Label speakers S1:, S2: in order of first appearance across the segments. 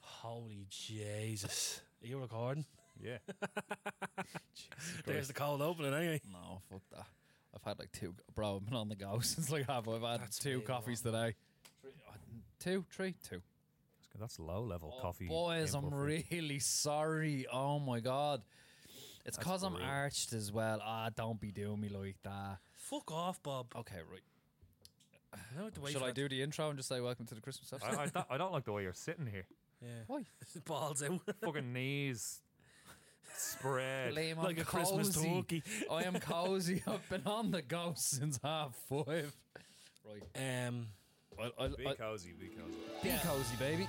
S1: Holy Jesus. Are you recording?
S2: Yeah.
S1: There's the cold opening, anyway.
S3: No, fuck that. I've had like two, bro. I've been on the go since like half. I've had
S1: That's
S3: two
S1: me,
S3: coffees today. uh, Two, three, two.
S2: That's low level coffee.
S3: Oh, Boys,
S2: input
S3: I'm
S2: for-
S3: really sorry. Oh my god, it's because I'm
S2: brutal.
S3: arched as well. Ah, don't be doing me like that.
S1: Fuck off, Bob.
S3: Okay, right.
S1: I know what the way
S3: Should
S1: for
S3: I
S1: that-
S3: do the intro and just say welcome to the Christmas episode?
S2: I, I, don't, I don't like the way you're sitting here.
S1: Yeah.
S3: Why?
S1: Balls out.
S2: Fucking knees spread.
S3: Liam,
S1: Like
S3: I'm
S1: a Christmas
S3: cozy.
S1: turkey.
S3: I am cozy. I've been on the go since half five. Right.
S1: Um,
S3: I, I,
S2: Be
S3: I-
S2: cozy, be cozy.
S3: Be cozy, baby.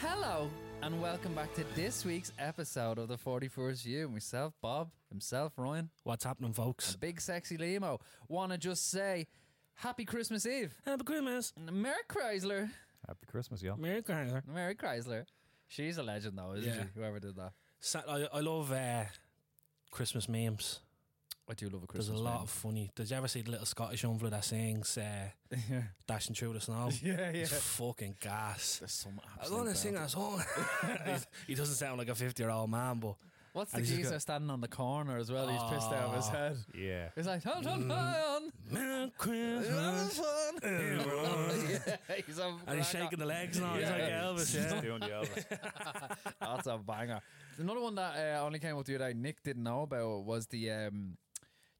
S3: Hello and welcome back to this week's episode of the 41st View. Myself, Bob, himself, Ryan,
S1: what's happening, folks?
S3: big sexy Limo. Wanna just say Happy Christmas Eve.
S1: Happy Christmas.
S3: And Merry Chrysler.
S2: Happy Christmas, y'all.
S1: Merry Christmas.
S3: Merry Chrysler. She's a legend though, isn't
S1: Yeah.
S3: she? Whoever did that.
S1: Sa- I, I love uh, Christmas memes.
S3: I do love a Christmas.
S1: There's a lot of funny. Did you ever see the little Scottish unflu that sings uh,
S3: yeah.
S1: Dashing Through the Snow?
S3: Yeah, yeah.
S1: It's fucking gas.
S3: There's some
S1: I want to sing that song. He's- he doesn't sound like a 50 year old man, but
S3: What's the
S1: And he's just
S3: geezer
S1: got-
S3: standing on the corner as well? He's pissed out of
S1: Ah.
S3: his head.
S2: Yeah.
S3: He's like, hold
S1: Mm.
S3: on, hold on.
S1: Merry Christmas. Mm.
S3: yeah, he's a
S1: And he's shaking the legs
S3: Oh,
S1: now. He's like
S3: Yeah.
S1: Elvis, yeah.
S2: Doing the Elvis.
S3: That's a banger. Another one that uh, only came up the other day, Nick didn't know about, was the. Um,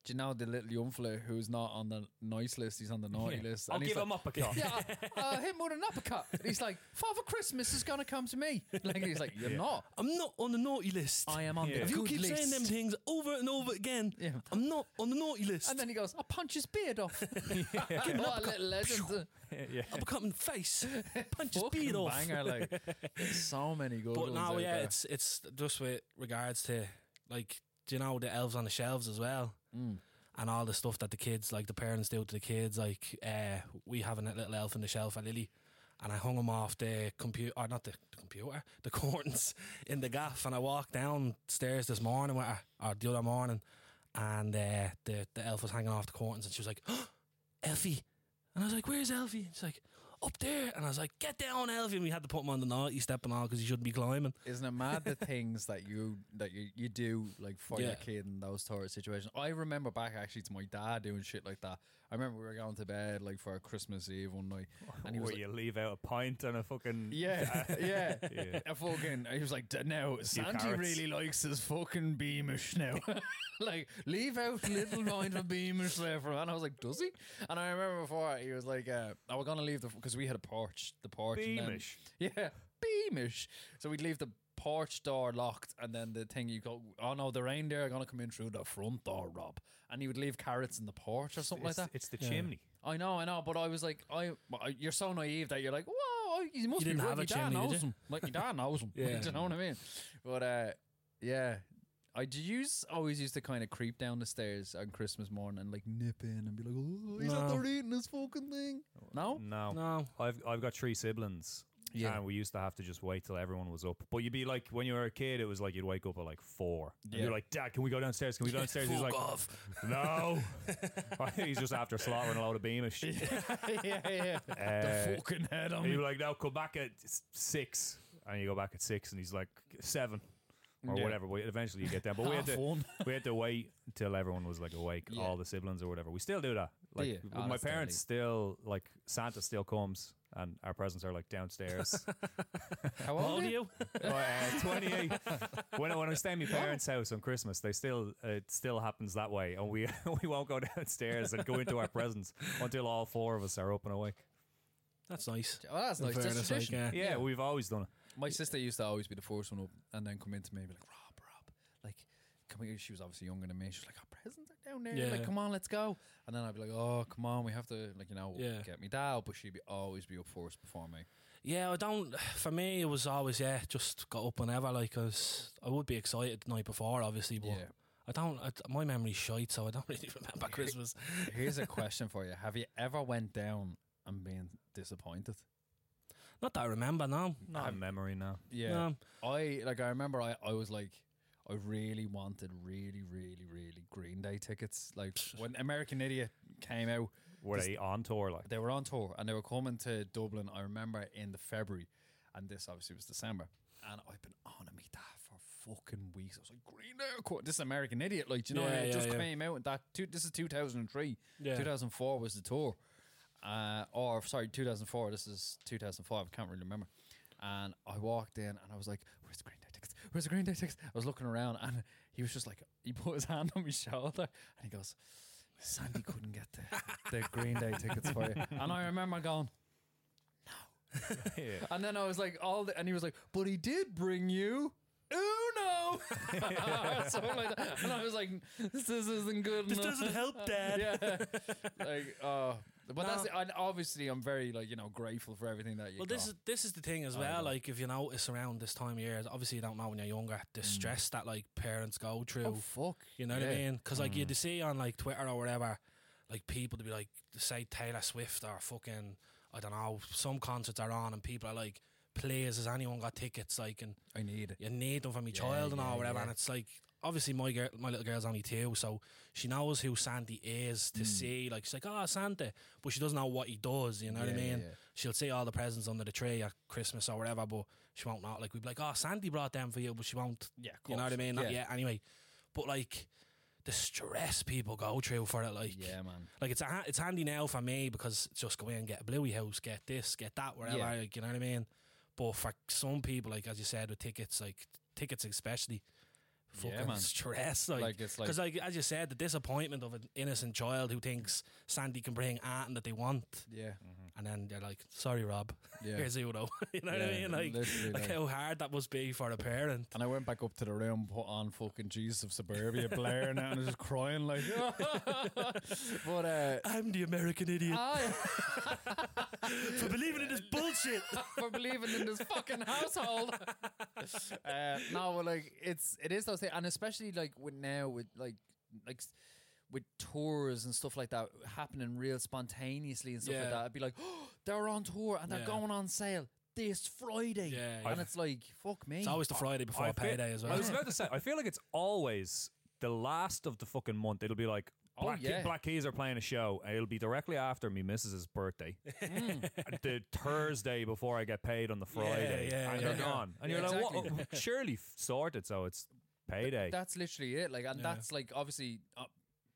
S3: do you know the little young fella who's not on the nice list? He's on the naughty list.
S2: I'll
S3: he's
S2: give
S3: like,
S2: him up a cock.
S3: Yeah, uh, hit more than an uppercut. And He's like, Father Christmas is gonna come to me. Like he's like, you're not.
S1: I'm not on the naughty list.
S3: I am on
S2: Yeah.
S3: the
S1: If you
S3: good
S1: keep
S3: list.
S1: saying them things over and over again,
S3: Yeah.
S1: I'm not on the naughty list.
S3: and then he goes, I'll punch his beard off. what a little legend.
S2: yeah.
S1: I'm becoming face. Punch his
S3: Fucking
S1: beard off.
S3: banger, like there's so many good
S1: But
S3: ones.
S1: now,
S3: out
S1: yeah,
S3: there.
S1: it's it's just with regards to like do you know the elves on the shelves as well,
S3: Mm.
S1: and all the stuff that the kids like the parents do to the kids. Like uh, we having that little elf on the shelf at Lily, and I hung him off the computer, or not the, the computer, the curtains in the gaff, and I walked downstairs this morning with her, or the other morning, and uh, the the elf was hanging off the curtains, and she was like, Elfie. And I was like, where's Elfie? And she's like, up there. And I was like, get down, Elfie. And we had to put him on the naughty step and all because he shouldn't be climbing.
S3: Isn't it mad the things that you that you, you do like for
S1: Yeah.
S3: your kid in those sort of situations? I remember back actually to my dad doing shit like that. I remember we were going to bed like for a Christmas Eve one night, and he
S2: Where
S3: was like,
S2: you leave out a pint and a fucking.
S3: yeah, yeah,
S2: Yeah.
S3: A fucking. He was like, "No, Santa
S2: carrots.
S3: really likes his fucking Beamish now. like, leave out little mind of Beamish there for him." And I was like, "Does he?" And I remember before he was like, uh, "I was gonna leave the because we had a porch, the porch, and then-
S2: Beamish.
S3: yeah, Beamish." So we'd leave the porch door locked, and then the thing you go, "Oh no, the reindeer are gonna come in through the front door, Rob." And he would leave carrots in the porch or something
S2: It's,
S3: like that.
S2: it's the chimney.
S3: I know, I know, but I was like, I well, I- you're so naive that you're like, whoa, you must
S1: You
S3: be
S1: didn't
S3: right.
S1: have
S3: your
S1: a
S3: dad
S1: chimney,
S3: knows
S1: did you?
S3: him. Like your dad knows him.
S1: Yeah.
S3: Do you know what I mean? But uh, yeah, I did use always used to kind of creep down the stairs on Christmas morning and like nip in and be like, oh, he's
S1: No.
S3: out there eating his fucking thing. Oh, No,
S2: No.
S1: No.
S2: I've I've got three siblings.
S3: Yeah.
S2: And we used to have to just wait till everyone was up. But you'd be like, when you were a kid, it was like you'd wake up at like four. And
S3: Yeah.
S2: You're like, Dad, can we go downstairs? Can we go downstairs? He's
S1: Fuck
S2: like,
S1: off.
S2: No. He's just after slaughtering a load of Beamish.
S3: yeah, yeah,
S2: Uh,
S3: the fucking head on
S2: And
S3: me.
S2: you're like, no, come back at s- six. And you go back at six, and he's like, seven. Or
S3: Yeah.
S2: whatever. But eventually you get down. But we had
S3: Half one.
S2: to we had to wait till everyone was like awake,
S3: Yeah.
S2: all the siblings or whatever. We still do that.
S3: you?
S2: Like
S3: Oh,
S2: my
S3: that's
S2: parents still like Santa still comes and our presents are like downstairs. but,
S3: How old are you?
S2: uh, Twenty eight. When I when I stay in my parents' house on Christmas, they still it still happens that way, and we we won't go downstairs and go into our presents until all four of us are up and awake.
S1: That's nice.
S3: Oh, that's
S1: In
S3: nice. That's
S1: fairness, like,
S3: tradition.
S1: uh,
S2: Yeah, we've always done it.
S3: My sister used to always be the first one up and then come in to me and be like, Rob, Rob, like, come here. She was obviously younger than me. She was like, our presents are down there.
S1: Yeah.
S3: Like, come on, let's go. And then I'd be like, oh, come on, we have to, like, you know,
S1: Yeah.
S3: get me down. But she'd be, always be up first before me.
S1: Yeah, I don't. For me, it was always yeah, just got up whenever. Like I was, I would be excited the night before, obviously, but
S3: Yeah.
S1: I I don't. I, my memory's shite, so I don't really remember Christmas.
S3: Here's a question for you: Have you ever went down and been disappointed?
S1: Not that I remember. No.
S2: Not a memory now.
S3: Um, Yeah,
S1: No.
S3: I like. I remember. I, I was like, I really wanted, really, really, really Green Day tickets. Like when American Idiot came out,
S2: Were
S3: Just-
S2: they on tour? Like,
S3: they were on tour and they were coming to Dublin. I remember in the February, and this obviously was December. And I've been on me that for fucking weeks. I was like, Green Day, are co- this is American Idiot, like do you know,
S1: Yeah,
S3: it
S1: yeah,
S3: just
S1: yeah.
S3: came out. That two, this is two thousand and three,
S1: Yeah.
S3: two thousand four was the tour, uh, or sorry, two thousand four. This is two thousand five. I can't really remember. And I walked in and I was like, "Where's the Green Day tickets? Where's the Green Day tickets?" I was looking around and he was just like, he put his hand on my shoulder and he goes, Sandy couldn't get the, the Green Day tickets for you. And I remember going,
S2: yeah.
S3: and then I was like, all the, and he was like, but he did bring you Uno. Something like that. And I was like, this isn't good
S1: This
S3: enough.
S1: doesn't help, Dad.
S3: yeah. Like, uh, but that's, and obviously I'm very like, you know, grateful for everything that you
S1: Well,
S3: got.
S1: this is this is the thing as
S3: I
S1: well.
S3: know.
S1: Like, if you notice around this time of year, obviously you don't know when you're younger,
S3: Mm.
S1: the stress that like parents go through.
S3: oh, fuck.
S1: You know what I
S3: Yeah.
S1: mean? Because like you'd see on like Twitter or whatever, like people to be like say Taylor Swift or fucking I don't know some concerts are on and people are like, please, has anyone got tickets? Like, and
S3: I need it.
S1: you need them for me
S3: Yeah,
S1: child and all
S3: yeah,
S1: whatever.
S3: yeah.
S1: And it's like obviously my girl, my little girl's only two, so she knows who Sandy is
S3: Mm.
S1: to see. Like she's like, oh Santa, but she doesn't know what he does. You know what I
S3: Yeah, yeah,
S1: mean?
S3: yeah.
S1: She'll see all the presents under the tree at Christmas or whatever, but she won't know. Like we'd be like, oh Sandy brought them for you, but she won't.
S3: Yeah,
S1: You know what I mean? Not
S3: Yeah.
S1: yet. Anyway, but like the stress people go through for it, like.
S3: Yeah, man.
S1: Like it's a, ha- it's handy now for me because it's just go in get a bluey house, get this, get that, wherever.
S3: Yeah.
S1: Like, you know what I mean? But for some people, like as you said, with tickets, like tickets especially, fucking
S3: man.
S1: stress,
S3: Like,
S1: like.
S3: it's like,
S1: because, like as you said, the disappointment of an innocent child who thinks Sandy can bring Anton that they want,
S3: yeah,
S1: and then they're like, "Sorry, Rob,
S3: Mm. yeah.
S1: Mm. here's Udo." you know what I
S3: Yeah,
S1: mean? Like,
S3: literally,
S1: like
S3: like-
S1: how hard that must be for a parent.
S3: And I went back up to the room, put on fucking Jesus of Suburbia, blaring it, and I was just crying like. but uh,
S1: I'm the American idiot
S3: I,
S1: for believing in this bullshit.
S3: for believing in this fucking household. uh, no, well, like it's it is those things, and especially like with now with like like s- with tours and stuff like that happening real spontaneously and stuff
S1: Yeah.
S3: like that. I'd be like, oh, they're on tour and they're
S1: Yeah.
S3: going on sale this Friday,
S1: Yeah,
S3: and
S1: yeah.
S3: it's like fuck me.
S1: It's always the Friday before
S2: I feel-
S1: payday as well.
S2: I was about to say, I feel like it's always the last of the fucking month. It'll be like
S3: Oh,
S2: Black,
S3: yeah.
S2: Black Keys are playing a show, and it'll be directly after me missus's birthday, the Thursday before I get paid on the Friday,
S1: Mm. yeah,
S2: and
S1: yeah.
S2: they're gone. And
S3: Yeah,
S2: you're like,
S3: exactly.
S2: what? oh, surely f- sorted, so it's payday.
S3: That's literally it. Like, and
S1: Yeah.
S3: that's like obviously uh,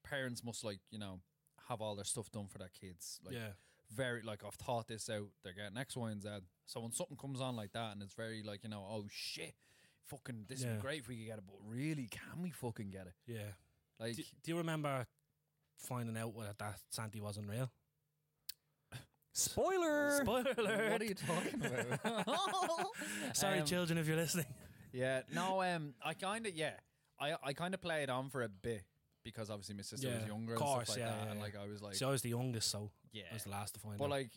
S3: parents must like you know have all their stuff done for their kids. Like,
S1: yeah,
S3: very like I've thought this out. They're getting X, Y, and Z. So when something comes on like that, and it's very like you know, oh shit, fucking this would
S1: Yeah.
S3: be great if we could get it, but really, can we fucking get it?
S1: yeah.
S3: Like,
S1: Do, do you remember finding out what, that Sandy wasn't real?
S2: Spoiler.
S1: Spoiler
S3: what
S1: alert!
S3: are you talking about?
S1: Sorry,
S3: Um,
S1: children, if you're listening.
S3: Yeah, no, um, I kind of yeah, I I kind of played on for a bit because obviously my sister was
S1: Yeah,
S3: younger,
S1: of
S3: and
S1: course,
S3: stuff like
S1: yeah,
S3: that,
S1: yeah,
S3: and
S1: yeah.
S3: like I was like,
S1: so I was the youngest, so
S3: yeah,
S1: I was the last to find
S3: But
S1: out.
S3: like,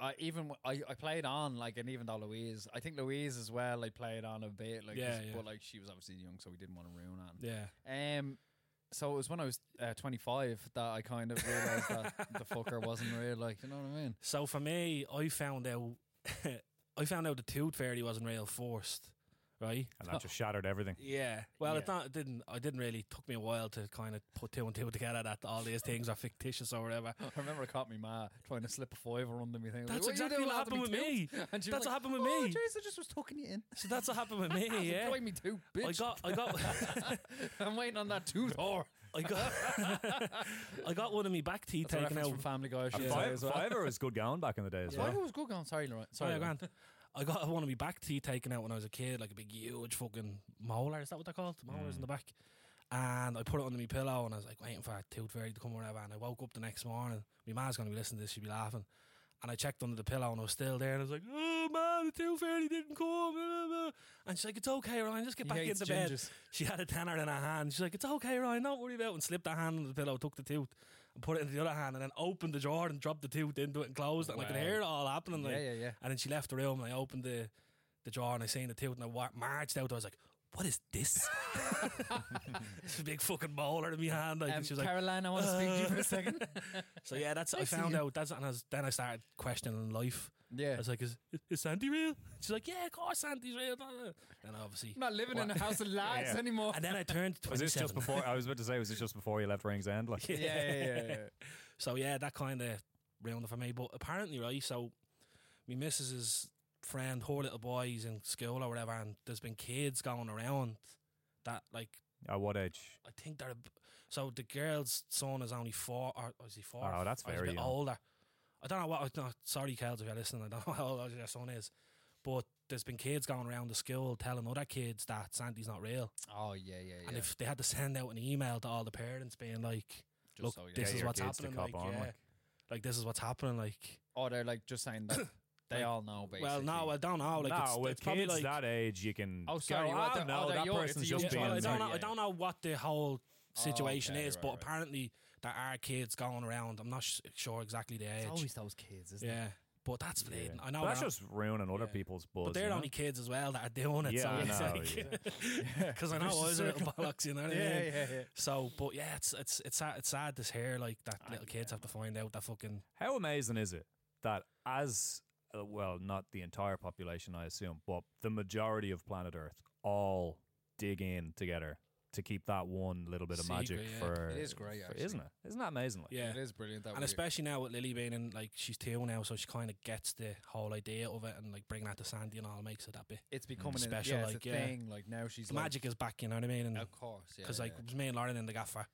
S3: I even w- I, I played on like, and even though Louise, I think Louise as well, I played on a bit, like, 'cause-
S1: Yeah, yeah.
S3: but like she was obviously young, so we didn't want to ruin it.
S1: yeah,
S3: Um, so it was when I was uh, 25 that I kind of realized that the fucker wasn't real, like, you know what I mean?
S1: so for me, I found out, I found out the Tooth Fairy wasn't real first, right?
S2: and that just shattered everything.
S1: Yeah. Well, it
S3: Yeah.
S1: not. It didn't. I didn't really. Took me a while to kind of put two and two together that all these things are fictitious or whatever.
S3: I remember I caught me ma trying to slip a fiver under me thing. I was
S1: Oh. That's
S3: like, "What are
S1: exactly
S3: you doing
S1: what
S3: after
S1: happened with me.
S3: tooth?" And she
S1: That's
S3: was like,
S1: what happened with
S3: oh,
S1: me.
S3: Jeez, I just was tucking you in.
S1: So that's what happened with me.
S3: Yeah.
S1: yeah.
S3: me too, bitch.
S1: I got. I got.
S3: I'm waiting on that tooth. Or
S1: I got. I got one of my back teeth
S3: that's a
S1: taken
S3: reference
S1: out.
S3: from Family Guy. I should
S2: And
S3: say
S2: Uh, Five,
S3: as well.
S2: Fiverr was good going back in the day as
S3: Fiver
S2: well.
S3: was good going. Sorry, Laurent.
S1: Sorry,
S3: Laurent.
S1: Grant. I got one of my back teeth taken out when I was a kid, like a big, huge fucking molar. Is that what they're called?
S3: Mm.
S1: Molars in the back. And I put it under my pillow and I was like waiting for a tooth fairy to come or whatever. And I woke up the next morning. My ma's going to be listening to this. She'd be laughing. And I checked under the pillow and I was still there. And I was like, oh, man, the tooth fairy didn't come. blah, blah, blah." And she's like, it's okay, Ryan. Just get
S3: He
S1: back
S3: hates
S1: into bed.
S3: gingers.
S1: She had a tenner in her hand. She's like, it's okay, Ryan. Don't worry about it. And slipped her hand under the pillow, took the tooth and put it into the other hand and then opened the drawer and dropped the tooth into it and closed it. And I could
S3: Wow.
S1: hear it all happening. Like,
S3: Yeah, yeah, yeah.
S1: and then she left the room and I opened the, the drawer and I seen the tooth and I wa- marched out. I was like, what is this? it's a big fucking bowler in my hand. Like,
S3: Um,
S1: and she was like,
S3: Caroline, I want to speak to you for a second.
S1: so yeah, that's I
S3: Nice of
S1: found
S3: you.
S1: out. That's and I was, then I started questioning life. I
S3: yeah.
S1: was like, is, is Sandy real? She's like, yeah, of course Sandy's real. blah, blah. And obviously,
S3: I'm not living in a house of lies
S2: Yeah.
S3: anymore.
S1: and then I turned
S2: Was this just
S1: 27.
S2: before? I was about to say, was this just before you left Rings End? Like,
S3: Yeah, yeah, yeah. yeah.
S1: So yeah, that kind of round it for me. But apparently, right? So my missus's friend, her little boys in school or whatever, and there's been kids going around that like
S2: at what age?
S1: I think they're. a b- So the girl's son is only four, or is he four?
S2: Oh, that's
S1: Or he's a
S2: very
S1: bit
S2: young.
S1: older. I don't know what. No, sorry, Kels, if you're listening, I don't know how old your son is, but there's been kids going around the school telling other kids that Sandy's not real,
S3: Oh yeah, yeah, yeah.
S1: and if they had to send out an email to all the parents being like,
S3: Just
S1: "Look,
S3: so you
S1: this
S3: know.
S1: is
S2: your
S1: what's
S2: kids to
S1: happening,"
S2: cop
S1: like,
S2: on,
S1: yeah,
S2: like.
S1: like this is what's happening, like.
S3: oh, they're like just saying that they
S1: Like,
S3: all know. Basically.
S1: Well, no, I don't know. Oh, Like,
S2: no,
S1: it's,
S2: with
S1: it's probably
S2: kids
S1: like
S2: that age, you can.
S3: Oh, sorry,
S2: Go,
S3: well,
S2: I
S3: they're-
S2: don't know.
S3: oh, they're
S2: that
S3: young-
S2: person's
S3: it's a young
S2: just
S1: Yeah,
S2: being. Oh,
S3: child.
S1: well, I don't
S3: Like,
S1: know. I
S3: yeah.
S1: don't know what the whole situation
S3: okay,
S1: is,
S3: right,
S1: but
S3: right.
S1: apparently there are kids going around. I'm not sh- sure exactly the age.
S3: it's always those kids, isn't
S1: yeah, but that's
S2: Yeah.
S1: blatant. I know,
S2: But that's
S1: they're-
S2: just ruining other
S3: Yeah.
S2: people's buzz.
S1: but they're
S2: you know?
S1: only kids as well that are doing it.
S2: Yeah,
S1: so
S2: I know,
S1: it's like,
S3: it?
S1: because I know I was a little bollocks, you know. What I
S3: yeah,
S1: mean?
S3: yeah, yeah.
S1: So, but yeah, it's it's it's sad, it's sad this hair like that.
S2: Ah,
S1: little kids have to find out that fucking
S2: How amazing is it that as uh, well, not the entire population, I assume, but the majority of planet Earth all dig in together to keep that one little bit of
S1: Secret,
S2: magic
S1: yeah.
S2: for.
S3: It is great,
S2: for-
S3: actually.
S2: isn't it? Isn't that amazing? Like?
S1: yeah.
S3: It is brilliant. That
S1: And
S3: we-
S1: especially now with Lily being in, like she's two now, so she kind of gets the whole idea of it, and like bringing out the Sandy and all makes it that bit.
S3: it's becoming a,
S1: Mm, special,
S3: yeah, it's
S1: like,
S3: a
S1: yeah.
S3: thing. Like now she's
S1: The magic is back, you know what I mean? And
S3: Like, of course, yeah.
S1: because like
S3: yeah.
S1: it was me and Lauren in the gaff for a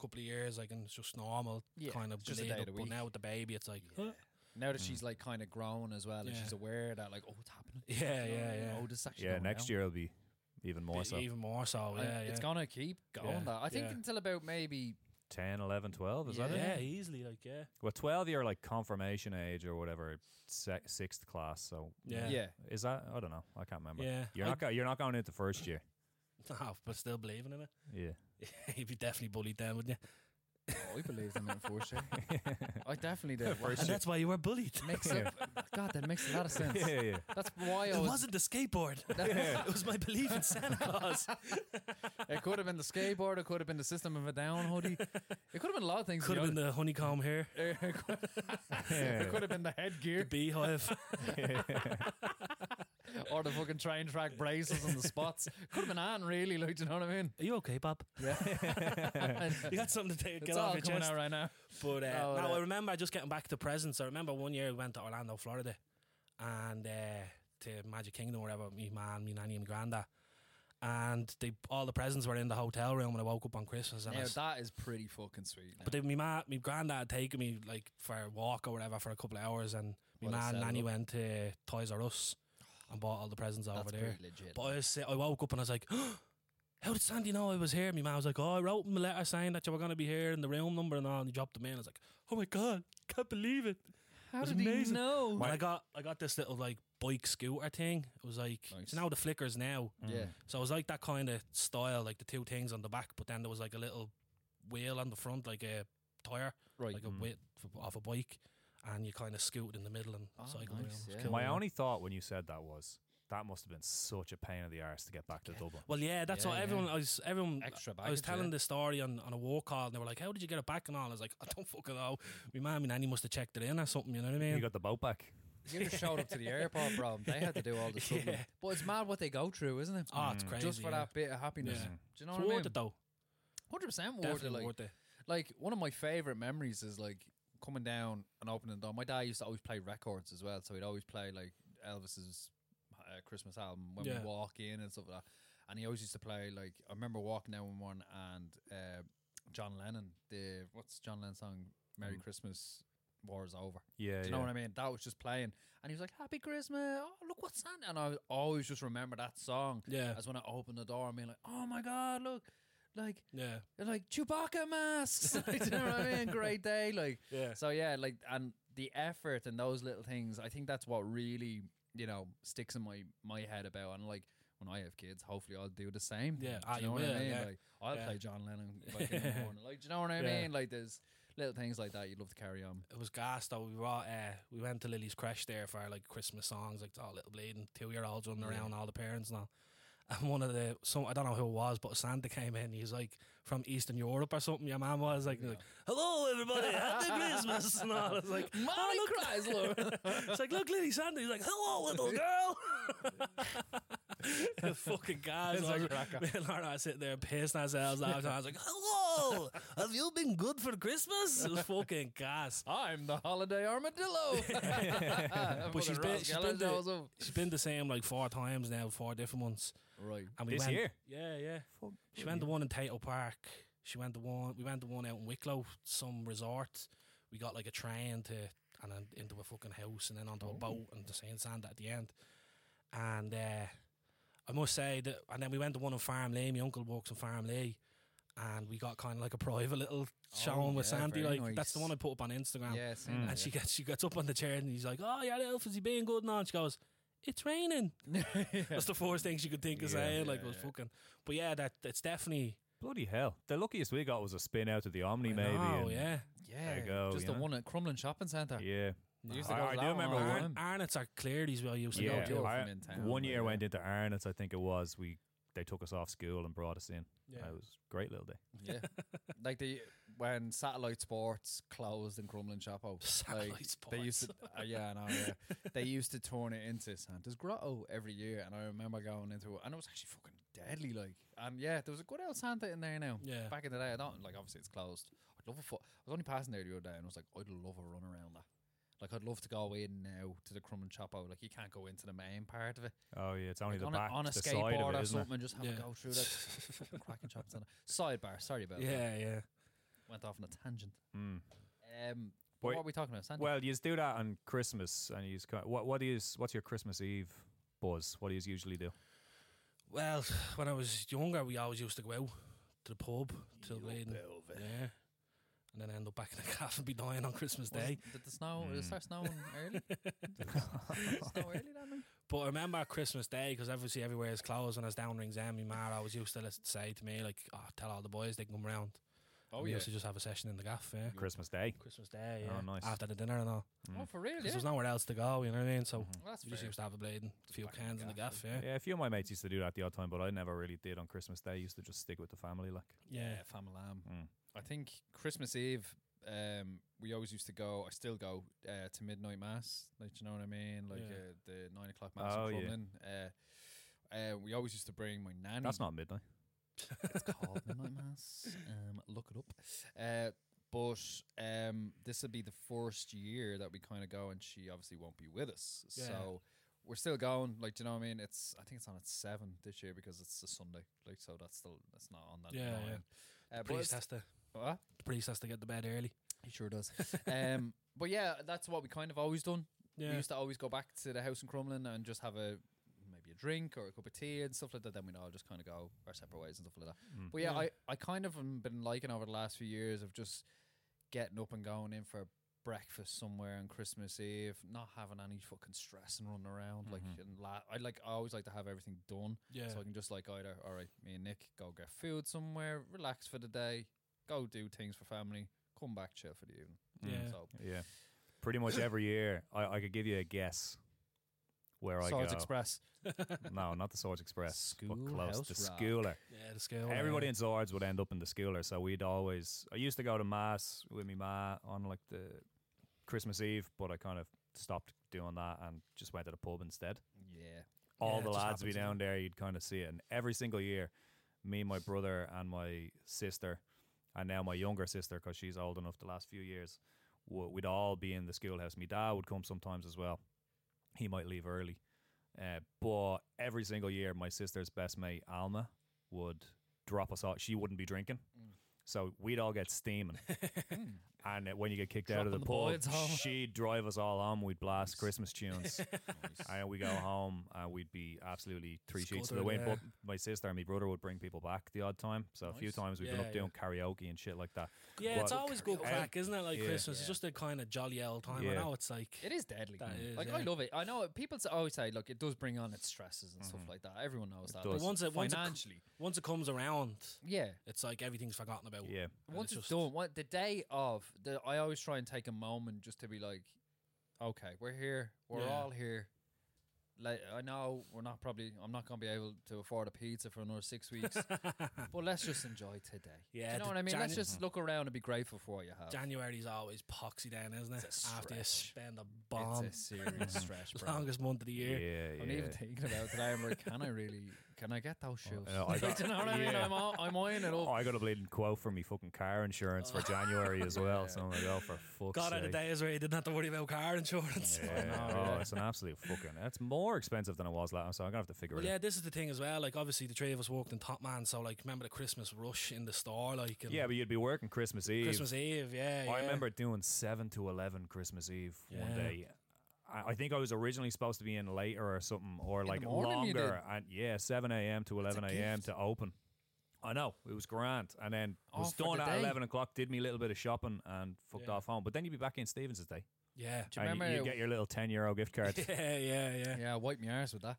S1: couple of years, like and it's just normal
S3: Yeah,
S1: kind of
S3: it's just a
S1: bleed
S3: day of
S1: up,
S3: the
S1: But
S3: week.
S1: now with the baby, it's like, huh?
S3: now that she's like kind of grown as well, and
S1: mm. Yeah.
S3: she's aware that like, oh, it's happening.
S1: yeah,
S3: You know what I
S1: yeah,
S3: mean?
S1: yeah.
S3: Oh, this is actually
S2: Yeah,
S3: going
S2: next
S3: down.
S2: year it'll be even more
S1: Bit-
S2: so.
S1: Even more so,
S3: And
S1: Oh, yeah,
S3: it's
S1: yeah.
S3: gonna keep going.
S1: Yeah.
S3: That I think
S1: Yeah.
S3: until about maybe
S2: 10, 11, 12, is that it?
S1: yeah, easily, like yeah,
S2: Well, 12 year like confirmation age or whatever, se- sixth class. So,
S1: Yeah.
S3: yeah.
S2: Is that? I don't know. I can't remember.
S1: yeah.
S2: You're,
S1: I-
S2: not go- you're not going into first year.
S1: no, but still believing in it.
S2: Yeah.
S1: You'd be definitely bullied then, wouldn't you?
S3: Oh, I believed in it for sure. I definitely did. Wow.
S1: And that's why you were bullied.
S3: makes up. God, that makes a lot of sense.
S2: yeah, yeah.
S3: That's why
S1: It
S3: I was.
S1: wasn't the skateboard. it was my belief in Santa Claus.
S3: It could have been the skateboard. It could have been the System of a Down hoodie. It could have been a lot of things.
S1: Could have been the honeycomb hair,
S3: It could- it could have been the
S1: the
S3: headgear
S1: beehive.
S3: or the fucking train track braces and the spots. Could have been on really, like, do you know what I mean? uh,
S1: Are you okay, Bob? You got something to take,
S3: it's
S1: get
S3: all
S1: off your
S3: coming
S1: chest.
S3: out right now.
S1: But uh, no,
S3: Oh, that-
S1: I remember just getting back to presents. I remember one year we went to Orlando, Florida, and uh, to Magic Kingdom, or whatever. Me man, me nanny, and my granddad, and they all the presents were in the hotel room when I woke up on Christmas. And I
S3: Now
S1: s-
S3: that is pretty fucking sweet.
S1: but they, my ma, my granddad had taken me like for a walk or whatever for a couple of hours, and my
S3: Well, they
S1: man
S3: set it
S1: nanny
S3: up.
S1: went to Toys R Us and bought all the presents
S3: That's
S1: over there.
S3: pretty legit.
S1: But I, was, sit- I woke up and I was like, how did Sandy know I was here? My man was like, oh, I wrote him a letter saying that you were going to be here and the room number and all. And he dropped the mail. I was like, oh my God, can't believe it.
S3: How
S1: was
S3: did he
S1: amazing.
S3: know?
S1: And I got I got this little like bike scooter thing. It was like,
S3: Nice.
S1: so now the flickers now.
S3: Yeah.
S1: So it was like that kind of style, like the two things on the back, but then there was like a little wheel on the front, like a tire,
S3: Right.
S1: like a width of a bike. And you kind of scooted in the middle and
S3: Oh,
S1: cycled around.
S3: nice,
S1: It was
S3: yeah.
S1: cool,
S2: Mm. My
S1: yeah.
S2: only thought when you said that was that must have been such a pain in the arse to get back to Dublin.
S1: Well, yeah, that's
S3: Yeah,
S1: what
S3: yeah.
S1: everyone. I was everyone.
S3: Extra
S1: I was
S3: baggage,
S1: telling
S3: yeah.
S1: this story on, on a war call, and they were like, "How did you get it back?" And all. I was like, "I don't fucking know. My mum and nanny must have checked it in or something. You know what I mean?"
S2: You got the boat back.
S3: You just showed up to the airport, bro. They had to do all the stuff.
S1: Yeah.
S3: But it's mad what they go through, isn't it? Mm.
S1: oh, it's crazy.
S3: Just for
S1: yeah.
S3: that bit of happiness.
S1: Yeah.
S3: Do you know
S1: It's
S3: what I
S1: worth
S3: mean?
S1: it though.
S3: Hundred percent worth it.
S1: Definitely
S3: Like,
S1: worth it.
S3: like one of my favorite memories is like coming down and opening the door. My dad used to always play records as well, so he'd always play like Elvis's uh, Christmas album when
S1: Yeah.
S3: we walk in and stuff like that. And he always used to play like I remember walking down one morning and uh, John Lennon. The what's John Lennon's song?
S1: Mm.
S3: "Merry Christmas." War is over.
S2: Yeah,
S3: Do you know what I mean? That was just playing, and he was like, "Happy Christmas!" Oh, look what's Santa! And I always just remember that song.
S1: Yeah,
S3: As when I opened the door, and being like, "Oh my God, look!" Like
S1: yeah,
S3: they're like Chewbacca masks. like, you know what I mean? Great day. Like
S1: yeah.
S3: so yeah, like and the effort and those little things, I think that's what really, you know, sticks in my my head about and like when I have kids, hopefully I'll do the same.
S1: Yeah,
S3: Do
S1: ah,
S3: you
S1: you
S3: know what
S1: will,
S3: I mean?
S1: yeah.
S3: Like I'll
S1: Yeah.
S3: play John Lennon like, in the morning. Like, do you know what I
S1: Yeah.
S3: mean? Like there's little things like that you'd love to carry on.
S1: It was gas though. We were all, uh, we went to Lily's crash there for like Christmas songs, like all little bleeding two year olds running around, all the parents and all. And one of the some I don't know who it was, but Santa came in. He's like from Eastern Europe or something. Your mom was like, and he was like "Hello, everybody, happy Christmas!" And all. I was like,
S3: Merry
S1: "Oh, look,
S3: Chrysler.
S1: it's like look, Lily Santa." He's like, "Hello, little girl." the fucking guys,
S3: It's
S1: I
S3: like
S1: was- me and Laura are sitting there pissing ourselves laughing. I was like, "Hello, have you been good for Christmas?" It was fucking gas.
S3: I'm the holiday armadillo. but
S1: she's been- she's been the- She's been the same like four times now, four different ones.
S3: right.
S1: And we
S2: This
S1: went,
S2: year?
S1: Yeah, yeah. She went to one in Tato Park. She went to one. We went to one out in Wicklow, some resort. We got like a train to and then into a fucking house and then
S3: Oh.
S1: onto a boat and to Saint Sand at the end. And uh, I must say that. And then we went to one in Farm Lee. My uncle works in Farm Lee, and we got kind of like a private little showing with
S3: Oh, yeah,
S1: Sandy.
S3: very
S1: Like that's the
S3: nice.
S1: one I put up on Instagram.
S3: Yeah, same
S2: Mm.
S3: yeah.
S1: And she gets she gets up on the chair and he's like, "Oh, yeah, Elf, is he being good now?" And she goes, "It's raining." Mm. That's the first thing she could think of
S2: Yeah.
S1: saying. like,
S3: Yeah,
S1: was
S3: yeah.
S1: fucking. But yeah, that it's definitely.
S2: Bloody hell. The luckiest we got was a spin out of the Omni, maybe.
S1: Oh
S2: and-
S1: yeah.
S3: yeah.
S2: you go,
S3: Just
S2: you
S3: the
S2: know.
S3: one at Crumlin Shopping Centre.
S2: Yeah.
S3: You used
S2: I-
S3: to go
S2: I
S3: to
S2: do
S3: that
S2: remember
S3: all the
S2: one.
S3: time.
S1: Arnott's are Cleardy's well used to
S3: Yeah,
S1: go to.
S3: they were
S2: I-
S3: from in town,
S2: one
S3: but
S2: year I
S3: yeah.
S2: went into Arnott's, I think it was. We They took us off school and brought us in.
S1: Yeah.
S2: It was a great little day.
S3: Yeah. like the when satellite sports closed in Crumlin Chapel.
S1: Satellite
S3: like, They used to uh, yeah, I know, yeah. they used to turn it into Santa's grotto every year and I remember going into it and it was actually fucking deadly like and yeah, there was a good old Santa in there now.
S1: Yeah.
S3: Back in the day I don't like obviously it's closed. I'd love a fu- I was only passing there the other day and I was like, I'd love a run around that. Like I'd love to go in now to the Crumlin Chapel. Like you can't go into the main part of it.
S2: Oh, yeah. It's only
S3: Like,
S2: the
S3: on,
S2: back,
S3: a, on a
S2: the side of
S3: skateboard
S2: it, isn't
S3: or
S2: it?
S3: something, just have
S1: Yeah.
S3: a go through that. Fucking cracking shops on it. Sidebar, sorry about that.
S1: Yeah, yeah.
S3: Went off on a tangent.
S2: Mm.
S3: Um,
S2: Wait,
S3: what are we talking about? Santa?
S2: Well, you do that on Christmas, and you kind what what is what's your Christmas Eve buzz? What do you usually do?
S1: Well, when I was younger, we always used to go out to the pub till late. and- Yeah. And then end up back in the calf and be dying on Christmas
S3: Was it-
S1: Day.
S3: Did the snow? Did it
S2: Mm.
S3: start snowing early? Did it snow early that night?
S1: But I remember Christmas Day because obviously everywhere is closed. When I was down rings end, my ma always used to let- say to me like, "Oh, tell all the boys they can come round."
S3: Oh,
S2: Oh,
S1: And we used to just have a session in the gaff. Yeah.
S2: Christmas Day.
S1: Christmas Day.
S2: Oh,
S1: Yeah.
S2: nice.
S1: After the dinner and all.
S3: Oh, for real?
S1: 'Cause
S3: Yeah.
S1: there's nowhere else to go. You know what I mean? So
S2: Mhm.
S3: Well, that's
S1: we just
S3: fair.
S1: used to have a blade and a few
S3: back in
S1: cans in the gaff. Yeah.
S2: Yeah, a few of my mates used to do that the odd time, but I never really did on Christmas Day. I used to just stick with the family, like.
S1: Yeah.
S3: family
S2: Mm.
S3: I think Christmas Eve, um, we always used to go. I still go uh, to midnight mass. Like you know what I mean? Like
S1: Yeah.
S3: uh, the nine o'clock mass
S2: Oh,
S3: in
S2: yeah.
S3: Crumlin. Uh, uh, we always used to bring my nanny.
S2: That's not midnight.
S3: called midnight mass. Um, look it up. Uh, but um, this will be the first year that we kind of go, and she obviously won't be with us.
S1: Yeah.
S3: So we're still going. Like, do you know what I mean? It's I think it's on at seven this year because it's a Sunday. Like, so that's still that's not on that.
S1: Yeah, yeah.
S3: nine. Uh, but
S1: Priest
S3: it's-
S1: has to.
S3: what?
S1: The priest has to get to bed early.
S3: He sure does. um, but yeah, that's what we kind of always done. We
S1: Yeah.
S3: used to always go back to the house in Crumlin and just have a maybe a drink or a cup of tea and stuff like that. Then we'd all just kind of go our separate ways and stuff like that.
S2: Mm.
S3: But yeah,
S1: Yeah.
S3: I, I kind of am been liking over the last few years of just getting up and going in for breakfast somewhere on Christmas Eve, not having any fucking stress and running around. Like,
S2: Mhm.
S3: and la- I like I always like to have everything done,
S1: Mm-hmm. Yeah.
S3: so I can just like either all right, me and Nick go get food somewhere, relax for the day, go do things for family, come back chill for the evening.
S1: Yeah.
S3: mm, So,
S2: Yeah. Pretty much every year, I, I could give you a guess where I
S3: Swords
S2: go.
S3: Express.
S2: No, not the Swords Express, but close.
S3: Schoolhouse
S2: The
S3: Rock.
S2: Schooler.
S1: yeah. The scale.
S2: Everybody in Zords would end up in the schooler, so we'd always. I used to go to mass with me ma on like the Christmas Eve, but I kind of stopped doing that and just went to the pub instead.
S3: Yeah.
S2: All
S1: Yeah,
S2: the
S1: it just
S2: lads would be
S1: happens,
S2: down there, you'd kind of see it, and every single year, me, my brother, and my sister, and now my younger sister because she's old enough the last few years, w- we'd all be in the schoolhouse. Me dad would come sometimes as well. He might leave early, uh, but every single year, my sister's best mate Alma would drop us off. She wouldn't be drinking.
S1: Mm.
S2: So we'd all get steaming, and uh, when you get kicked out of the,
S3: Dropping the
S2: pub,
S3: boys home.
S2: she'd drive us all home. We'd blast Christmas tunes, and we go home, and we'd be absolutely three sheets to the
S1: Scuttered,
S2: wind.
S1: yeah.
S2: But my sister and my brother would bring people back the odd time. So a few
S3: Nice.
S2: times we've
S1: Yeah,
S2: been up doing karaoke and shit like that.
S1: Yeah, it's
S2: Well,
S1: always good
S2: karaoke.
S1: crack, isn't it? Like
S2: Yeah.
S1: Christmas,
S3: Yeah.
S1: it's just a kind of jolly old time.
S2: Yeah.
S1: I know it's like
S3: It is deadly.
S1: That is,
S3: like I
S1: yeah.
S3: love it. I know it- people s- always say, look, it does bring on its stresses and stuff like that. Everyone knows that.
S2: does.
S3: But
S1: Once Mm-hmm. it- once it co-
S3: financially,
S1: once it comes around,
S3: yeah.
S1: it's like everything's forgotten about.
S2: Yeah,
S1: And
S3: Once it's,
S1: just-
S3: done, what the day of, the, I always try and take a moment just to be like, okay, we're here, we're
S1: Yeah.
S3: all here. like I know we're not probably I'm not gonna be able to afford a pizza for another six weeks, but let's just enjoy today. Do
S1: Yeah,
S3: you know
S1: the
S3: what I mean. let's
S1: Janu-
S3: just look around and be grateful for what you have.
S1: January's always poxy down, isn't it?
S3: It's a
S1: After you
S3: stretch.
S1: spend a bomb,
S3: It's a serious stretch, bro.
S1: longest month of the
S2: Yeah,
S1: year.
S2: yeah.
S3: I'm even thinking about today. I'm like, can I really? Can I get those shoes?
S2: Uh, I got-
S3: Do you know what I mean?
S2: yeah.
S3: I'm, all, I'm eyeing it
S2: Oh,
S3: up.
S2: I got a bleeding quote for me fucking car insurance for January as well. So I'm like, oh, for fuck's
S1: Got out
S2: sake.
S1: of days where you didn't have to worry about car insurance.
S2: Yeah. Oh, it's an absolute fucking. That's more expensive than it was last. So I'm gonna have to figure
S1: Well,
S2: it
S1: yeah,
S2: out.
S1: this is the thing as well. Like, obviously, the three of us worked in Top Man, so like, remember the Christmas rush in the store, like, and
S2: Yeah, but you'd be working Christmas Eve.
S1: Christmas Eve. Yeah,
S2: Oh, I
S1: yeah.
S2: remember doing seven to eleven Christmas Eve one
S1: Yeah.
S2: day. I, I think I was originally supposed to be in later or something, or like
S3: morning you
S2: longer. And yeah, seven a.m. to eleven a.m. to open. I know it was grand, and then
S3: Oh,
S2: was
S3: for
S2: done
S3: the
S2: at
S3: day.
S2: eleven o'clock. Did me a little bit of shopping and fucked
S1: Yeah.
S2: off home. But then you'd be back in Stevens's day,
S1: Yeah,
S3: Do you
S2: and you,
S3: remember?
S2: you get your little ten euro gift card.
S1: yeah, yeah, yeah.
S3: yeah, wipe my arse with that.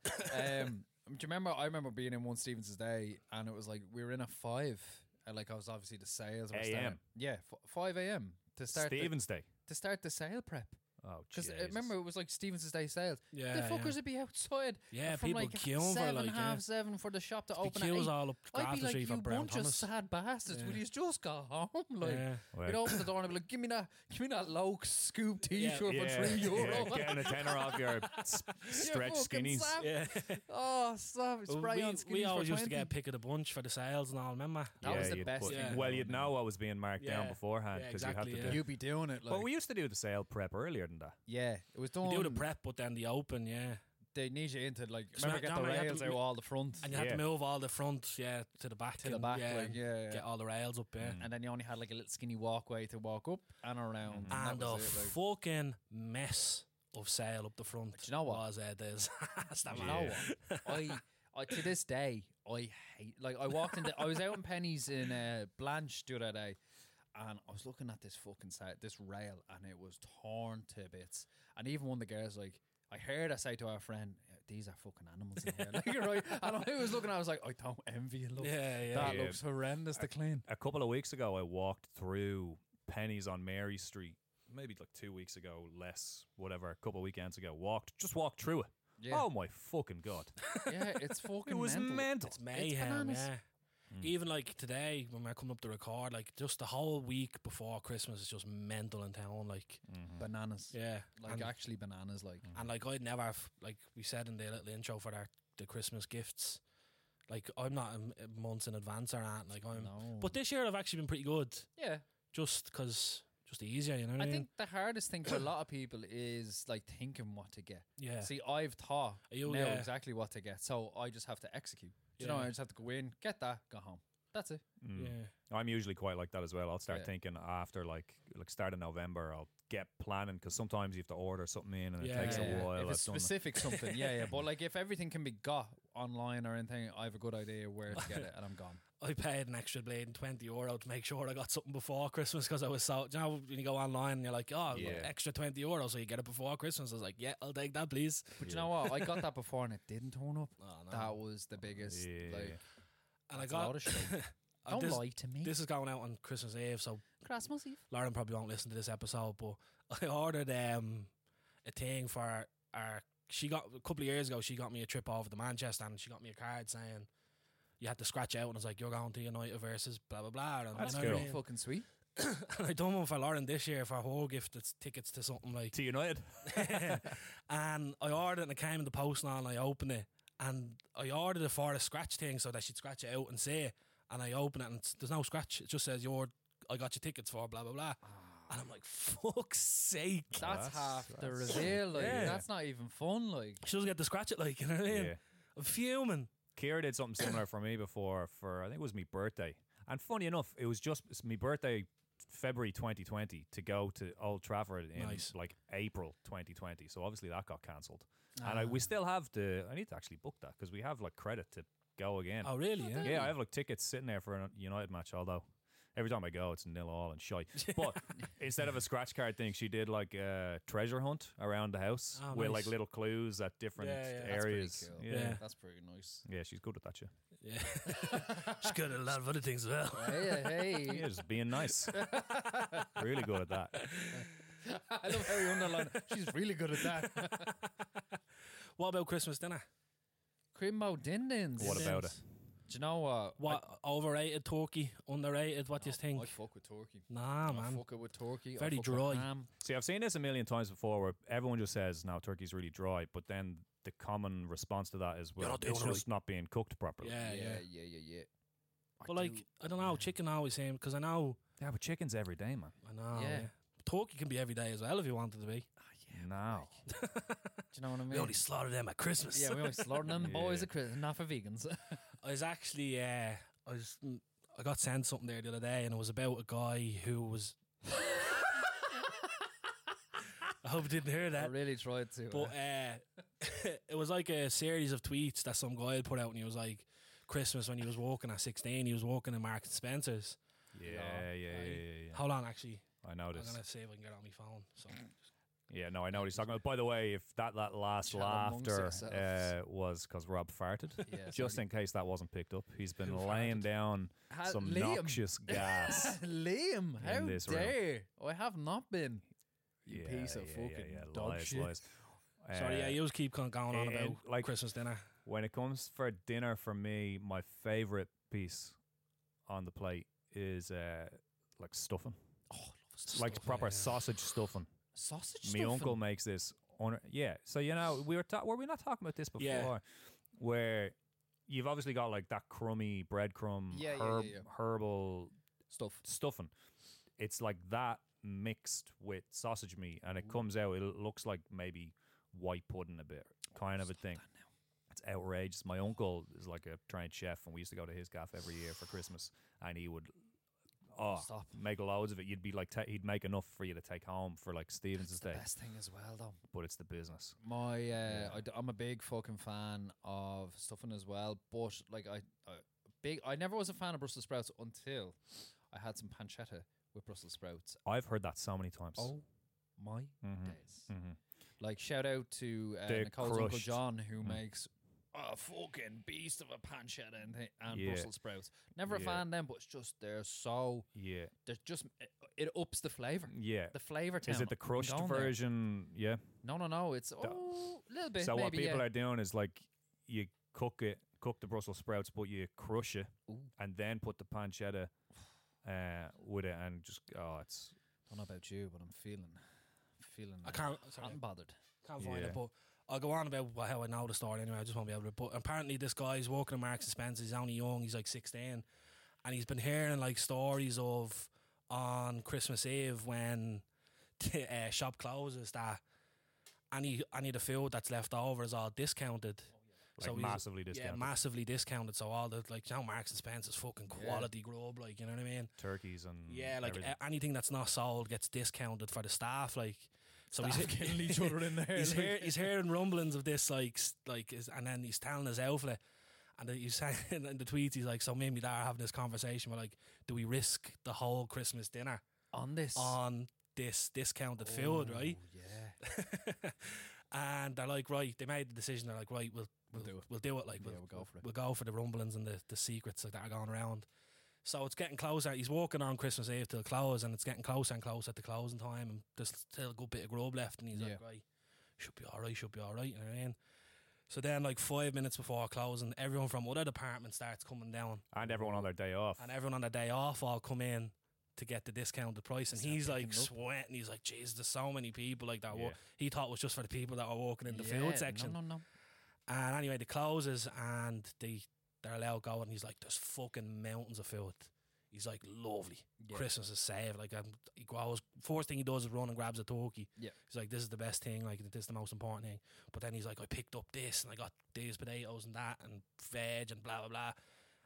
S3: Um, do you remember? I remember being in one Stevens's day, and it was like we were in at five. And like I was obviously the sales were starting-
S2: AM.
S3: Yeah, f- five a.m. to start the,
S2: Stevens Day.
S3: to start the sale prep.
S2: Oh,
S3: Because
S2: Jesus.
S3: remember, it was like Stevens's Day sales.
S1: Yeah,
S3: the
S1: yeah.
S3: fuckers would be outside.
S1: Yeah,
S3: from
S1: people
S3: like
S1: queuing for,
S3: seven,
S1: like, yeah.
S3: half seven for the shop to open.
S1: queues
S3: at eight.
S1: all up
S3: I'd be
S1: Grafton
S3: like,
S1: Street
S3: you
S1: for Brown
S3: bunch of
S1: Thomas."
S3: sad bastards. Will you just go home? Like,
S1: Yeah.
S2: Right.
S3: we'd open the door and I'd be like, give me that, give me that low scoop T-shirt for three
S2: yeah,
S3: euro.
S2: getting a tenner off your s- stretch
S3: fucking
S2: skinnies.
S3: sav-
S1: Yeah.
S3: Oh, stop! It's
S1: Well,
S3: spray
S1: we,
S3: on
S1: we
S3: skinnies for
S1: always used to
S3: 20.
S1: get a pick of the bunch for the sales and all. Remember?
S3: That was the
S2: you'd
S3: best
S2: put-
S1: thing
S2: Well,
S3: ever.
S2: you'd know I was being marked down
S1: Yeah.
S2: beforehand
S1: Yeah,
S2: because
S1: exactly,
S2: you had to
S1: yeah.
S2: do.
S3: You'd be doing it, like
S2: But we used to do the sale prep earlier than that.
S3: yeah, it was done.
S1: You do the prep, but then the open, yeah.
S3: They need you into like
S1: It's
S3: remember
S1: not-
S3: get
S1: no,
S3: the
S1: no, you had
S3: rails
S1: to-
S3: out all the front
S1: And you had
S2: Yeah.
S1: to move all the front, yeah, to the back.
S3: to the
S1: and,
S3: back,
S1: yeah,
S3: like yeah, yeah.
S1: Get all the rails up,
S2: Mm.
S1: yeah.
S3: and then you only had like a little skinny walkway to walk up and around.
S1: Mm-hmm. And
S3: that
S1: a
S3: was it, like.
S1: fucking mess of sale up the front.
S3: do you know what?
S1: Was a disaster, man.
S3: Do you know what? I, I to this day I hate like I walked in the, I was out in Penny's in uh, Blanche the other day and I was looking at this fucking side this rail and it was torn to bits and even one of the girls like I heard I say to our friend these are fucking animals in here like, right and I was looking I was like I don't envy you look
S1: Yeah, yeah.
S3: that
S2: Yeah.
S3: looks horrendous to clean
S2: A couple of weeks ago, I walked through Penny's on Mary Street. Maybe like two weeks ago, less whatever. A couple of weekends ago, walked just walked through it.
S3: Yeah.
S2: Oh my fucking god!
S3: yeah it's fucking
S2: It was
S3: mental.
S2: mental.
S1: It's mayhem,
S3: bananas.
S1: yeah. Even like today, when we're coming up to record, like just the whole week before Christmas is just mental in town. Like,
S3: bananas
S1: Mm-hmm. yeah,
S3: like
S1: and,
S3: actually bananas like
S1: and like I'd never have, like we said in the little intro for our the Christmas gifts. Like I'm not um, months in advance or anything. Like I'm,
S3: no
S1: Mm-hmm. but this year I've actually been pretty good,
S3: yeah
S1: just because just easier, you know. What
S3: I
S1: mean?
S3: think the hardest thing for a lot of people is like thinking what to get.
S1: yeah,
S3: See, I've taught
S1: You-
S3: now
S1: yeah.
S3: exactly what to get, so I just have to execute. Do you know,
S1: Yeah.
S3: I just have to go in, get that, go home. That's it.
S2: Mm.
S1: yeah.
S2: I'm usually quite like that as well. I'll start
S3: Yeah.
S2: thinking after like like start of November. I'll get planning because sometimes you have to order something in and
S1: Yeah,
S2: it takes
S1: yeah,
S2: a
S1: yeah.
S2: while.
S3: If
S2: I've
S3: it's
S2: done that.
S3: specific something, yeah, yeah. But like, if everything can be got online or anything, I have a good idea where to get it, and I'm gone.
S1: I paid an extra blade and twenty euro to make sure I got something before Christmas because I was so. You know, when you go online and you're like, oh,
S2: Yeah.
S1: extra twenty euro, so you get it before Christmas. I was like, yeah, I'll take that, please.
S3: But you know what? I got that before, and it didn't turn up.
S1: Oh, no.
S3: That was the biggest.
S2: Yeah.
S3: Like,
S1: and I
S3: that's a lot
S1: got
S3: of shit.
S1: uh,
S3: Don't
S1: this,
S3: lie to me.
S1: This is going out on Christmas Eve, so
S3: Christmas Eve.
S1: Lauren probably won't listen to this episode. But I ordered um a thing for our, our. She got a couple of years ago. She got me a trip over to Manchester, and she got me a card saying you had to scratch out, and it's like you're going to United versus blah blah blah. And
S2: That's
S1: you know what I
S2: cool.
S1: mean?
S3: Fucking sweet.
S1: I done one for Lauren this year for her gift. It's tickets to something like
S2: to United.
S1: and I ordered it and it came in the post now and I opened it and I ordered it for a scratch thing so that she'd scratch it out and say it. and I open it and it's, there's no scratch. It just says your I got your tickets for blah blah blah. And I'm like, fuck's sake.
S3: That's,
S2: that's-
S3: half the
S2: that's-
S3: reveal. Like,
S1: Yeah.
S3: that's not even fun. Like,
S1: She doesn't get to scratch it like, you know what I mean?
S2: yeah.
S1: I'm fuming.
S2: Kira did something similar for me before for I think it was my birthday. And funny enough, it was just it's my birthday February 2020 to go to Old Trafford in
S1: Nice.
S2: like April 2020. So obviously that got cancelled.
S1: Ah.
S2: And I, we still have the I need to actually book that because we have like credit to go again.
S1: Oh really? yeah.
S2: yeah, I have like tickets sitting there for a United match although every time I go it's nil all and shy. But instead of a scratch card thing, she did like a treasure hunt around the house
S1: Oh,
S2: with like
S1: nice.
S2: little clues at different
S1: Yeah, yeah.
S3: that's pretty
S2: areas.
S3: cool.
S2: yeah.
S1: Yeah.
S3: That's pretty nice.
S2: Yeah, she's good at that, yeah.
S1: Yeah. She's good at a lot of other things as well.
S3: Oh, Hey, hey.
S2: Yeah, just being nice. really good at that.
S3: I love how you underline. it. She's really good at that.
S1: What about Christmas dinner?
S3: Crimo Din Dins.
S2: What about it?
S1: Dins.
S3: Do you know what?
S1: What overrated turkey? Underrated? What do you think?
S3: I fuck with turkey.
S1: nah,
S3: I
S1: man.
S3: fuck it with turkey. I
S1: Very
S3: fuck with
S1: dry.
S3: ham.
S2: See, I've seen this a million times before where everyone just says, no, turkey's really dry. But then the common response to that is, well,
S1: not doing
S2: it's
S1: it
S2: just not being cooked properly.
S1: Yeah, yeah.
S3: yeah, yeah, yeah, yeah. I
S1: But
S3: do-
S1: like, I don't know. Chicken I always same because I know,
S2: Yeah, but chicken's every day, man.
S1: I know.
S3: Yeah.
S1: Yeah. Turkey can be every day as well if you wanted to be.
S2: No.
S3: do you know what I mean?
S1: We only slaughter them at Christmas.
S3: yeah, we only slaughtering them boys
S2: Yeah.
S3: at Christmas, not for vegans.
S1: I was actually, uh, I was, mm, I got sent something there the other day, and it was about a guy who was. I hope you didn't hear
S3: I
S1: that.
S3: really tried to.
S1: But uh, it was like a series of tweets that some guy had put out, and he was like, Christmas when he was walking at 16, he was walking in Marks and Spencer's.
S2: Yeah, yeah, yeah, yeah, yeah,
S1: Hold on, actually.
S2: I know
S1: I'm
S2: this.
S1: going to see if I can get it on my phone. So.
S2: Yeah, no, I know what he's talking about. By the way, if that, that last
S3: Chat amongst
S2: laughter uh,
S3: yourselves.
S2: was because Rob farted,
S3: yeah, sorry.
S2: just in case that wasn't picked up, he's been
S1: Who
S2: laying
S1: farted?
S2: down
S3: Ha-
S2: some
S3: Liam.
S2: noxious gas.
S3: Liam, how
S2: this room.
S3: dare! I have not been. You piece of fucking dog
S2: lies,
S3: shit.
S2: lies.
S1: Sorry, yeah,
S2: Uh,
S1: you just keep con- going on about
S2: and, like-
S1: Christmas dinner.
S2: When it comes for dinner for me, my favorite piece on the plate is uh, like stuffing, like proper sausage stuffing.
S3: Sausage.
S2: My
S3: stuffing.
S2: uncle makes this. On yeah, so you know we were ta- were we not talking about this before?
S1: Yeah.
S2: Where you've obviously got like that crummy breadcrumb
S3: Yeah, yeah, yeah,
S2: herb
S3: yeah.
S2: herbal
S3: stuff.
S2: stuffing. It's like that mixed with sausage meat, and it comes out. It looks like maybe white pudding a bit, kind of a thing. It's outrageous. My uncle is like a trained chef, and we used to go to his gaff every year for Christmas, and he would. Oh,
S3: Stop.
S2: make loads of it. You'd be like, ta he'd make enough for you to take home for like Stevens's
S3: It's the
S2: Day,
S3: best thing as well, though.
S2: but it's the business.
S3: My, uh, I d- I'm a big fucking fan of stuffing as well. But like, I, I big, I never was a fan of Brussels sprouts until I had some pancetta with Brussels sprouts.
S2: I've heard that so many times.
S3: Oh my
S2: Mhm.
S3: days!
S2: Mhm.
S3: Like, shout out to uh,
S2: They're
S3: Nicole's Uncle
S2: crushed. Mm.
S3: John who makes a fucking beast of a pancetta and, thi- and
S2: Yeah.
S3: Brussels sprouts. Never a
S2: Yeah.
S3: fan of them, but it's just they're so
S2: yeah,
S3: they're just it, it ups the flavor.
S2: yeah.
S3: The flavor.
S2: Is it the crushed version? Yeah.
S3: No, no, no. It's oh, a little bit.
S2: So
S3: maybe,
S2: what people
S3: yeah.
S2: are doing is like you cook it, cook the Brussels sprouts, but you crush it
S3: Ooh.
S2: and then put the pancetta uh, with it, and just oh, it's
S3: don't know about you, but I'm feeling, feeling.
S1: I can't, sorry,
S3: I'm bothered.
S1: can't find
S2: Yeah.
S1: it, but I'll go on about wh- how I know the story anyway. I just won't be able to. But apparently, this guy's walking in Marks and Spencer. He's only young. He's like 16, and he's been hearing like stories of on Christmas Eve when the uh, shop closes that any any of the food that's left over is all discounted.
S2: like
S1: he's-
S2: massively discounted.
S1: Yeah, massively discounted. So all the like, you know, Marks and Spencer's fucking
S3: Yeah. Mm,
S1: quality grub, like you know what I mean.
S2: Turkeys and
S1: Yeah, like
S3: e-,
S2: everything.
S1: a- anything that's not sold gets discounted for the staff. Like, so he's
S3: killing each other in there.
S1: He's, hear, he's hearing rumblings of this, like, s- like, is, and then he's telling his outfit, and then he's saying in the tweets, he's like, "So me and my dad are having this conversation. We're like, do we risk the whole Christmas dinner
S3: on this.
S1: on this discounted
S3: Oh.
S1: food, Ah, right?"
S3: Yeah.
S1: and they're like, "Right." They made the decision. They're like, "Right, we'll
S3: We'll
S1: we'll,
S3: do it.
S1: We'll do it. Like,
S3: Yeah,
S1: we'll,
S3: we'll go for it.
S1: We'll go for the rumblings and the, the secrets like that are going around." So it's getting closer. He's walking on Christmas Eve till close, and it's getting closer and closer to closing time. And there's still a good bit of grub left, and he's like,
S3: Yeah.
S1: "Right, should be all right. Should be all right." You know what I mean? So then, like five minutes before closing, everyone from other departments starts coming down,
S2: and everyone on their day off.
S1: and everyone on the day off all come in to get the discounted price. And
S3: Start
S1: he's like
S3: picking up.
S1: sweating. He's like, "Jeez, there's so many people like that." wa-
S2: Yeah.
S1: He thought it was just for the people that were walking in the
S3: Yeah,
S1: food section.
S3: No, no, no.
S1: And anyway, the closes and they they're allowed go, and he's like, "There's fucking mountains of food." He's like, "Lovely,
S3: Yeah.
S1: Christmas is saved." Like, i he goes first thing he does is run and grabs a turkey.
S3: Yeah.
S1: he's like, "This is the best thing. Like, this is the most important thing." But then he's like, "I picked up this, and I got these potatoes and that, and veg and blah blah blah."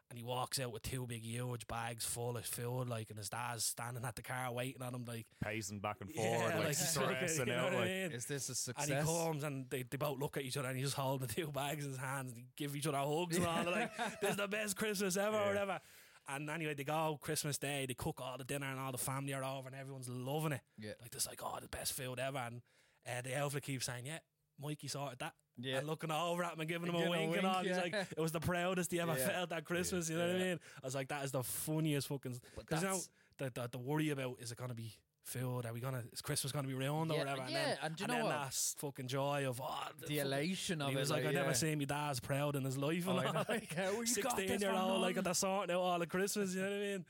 S1: And he walks out with two big huge bags full of food, like, and his dad's standing at the car waiting on him, like,
S2: pacing back and forward,
S1: yeah,
S2: like,
S1: he's
S2: stressing
S1: fucking- you know what
S2: out.
S1: I
S2: Like
S1: mean?
S3: Is this a
S1: And
S3: success?
S1: he comes and they, they both look at each other and he's just holding the two bags in his hands and they give each other hugs and all. They're like, this is the best Christmas ever
S2: Yeah.
S1: or whatever. And anyway, they go Christmas Day, they cook all the dinner and all the family are over and everyone's loving it.
S3: Yeah.
S1: Like, this, like, oh, the best food ever. And uh, the elf keeps saying, yeah, Mikey sorted that.
S3: Yeah.
S1: And looking over at him and giving him
S3: Giving
S1: a
S3: him a
S1: wink and
S3: wink,
S1: all. He's
S3: yeah.
S1: like, it was the proudest he ever
S3: Yeah.
S1: felt that Christmas. You know what I mean? I was like, that is the funniest fucking.
S3: But
S1: Because you know,
S3: that's-
S1: the, the, the worry about is it going to be food? Are we gonna? Is Christmas gonna be ruined or
S3: Yeah,
S1: whatever?
S3: yeah,
S1: then,
S3: and do you
S1: and
S3: know
S1: then
S3: what?
S1: that fucking joy of oh, the
S3: the
S1: fucking-
S3: elation of
S1: He
S3: it.
S1: was like, I
S3: yeah.
S1: never seen my dad's proud in his life,
S3: Oh,
S1: and
S3: I
S1: all,
S3: know.
S1: like
S3: Yeah, well, you got this
S1: sixteen year
S3: from
S1: old, like at
S3: None.
S1: the sorting out all of Christmas. You know what I mean?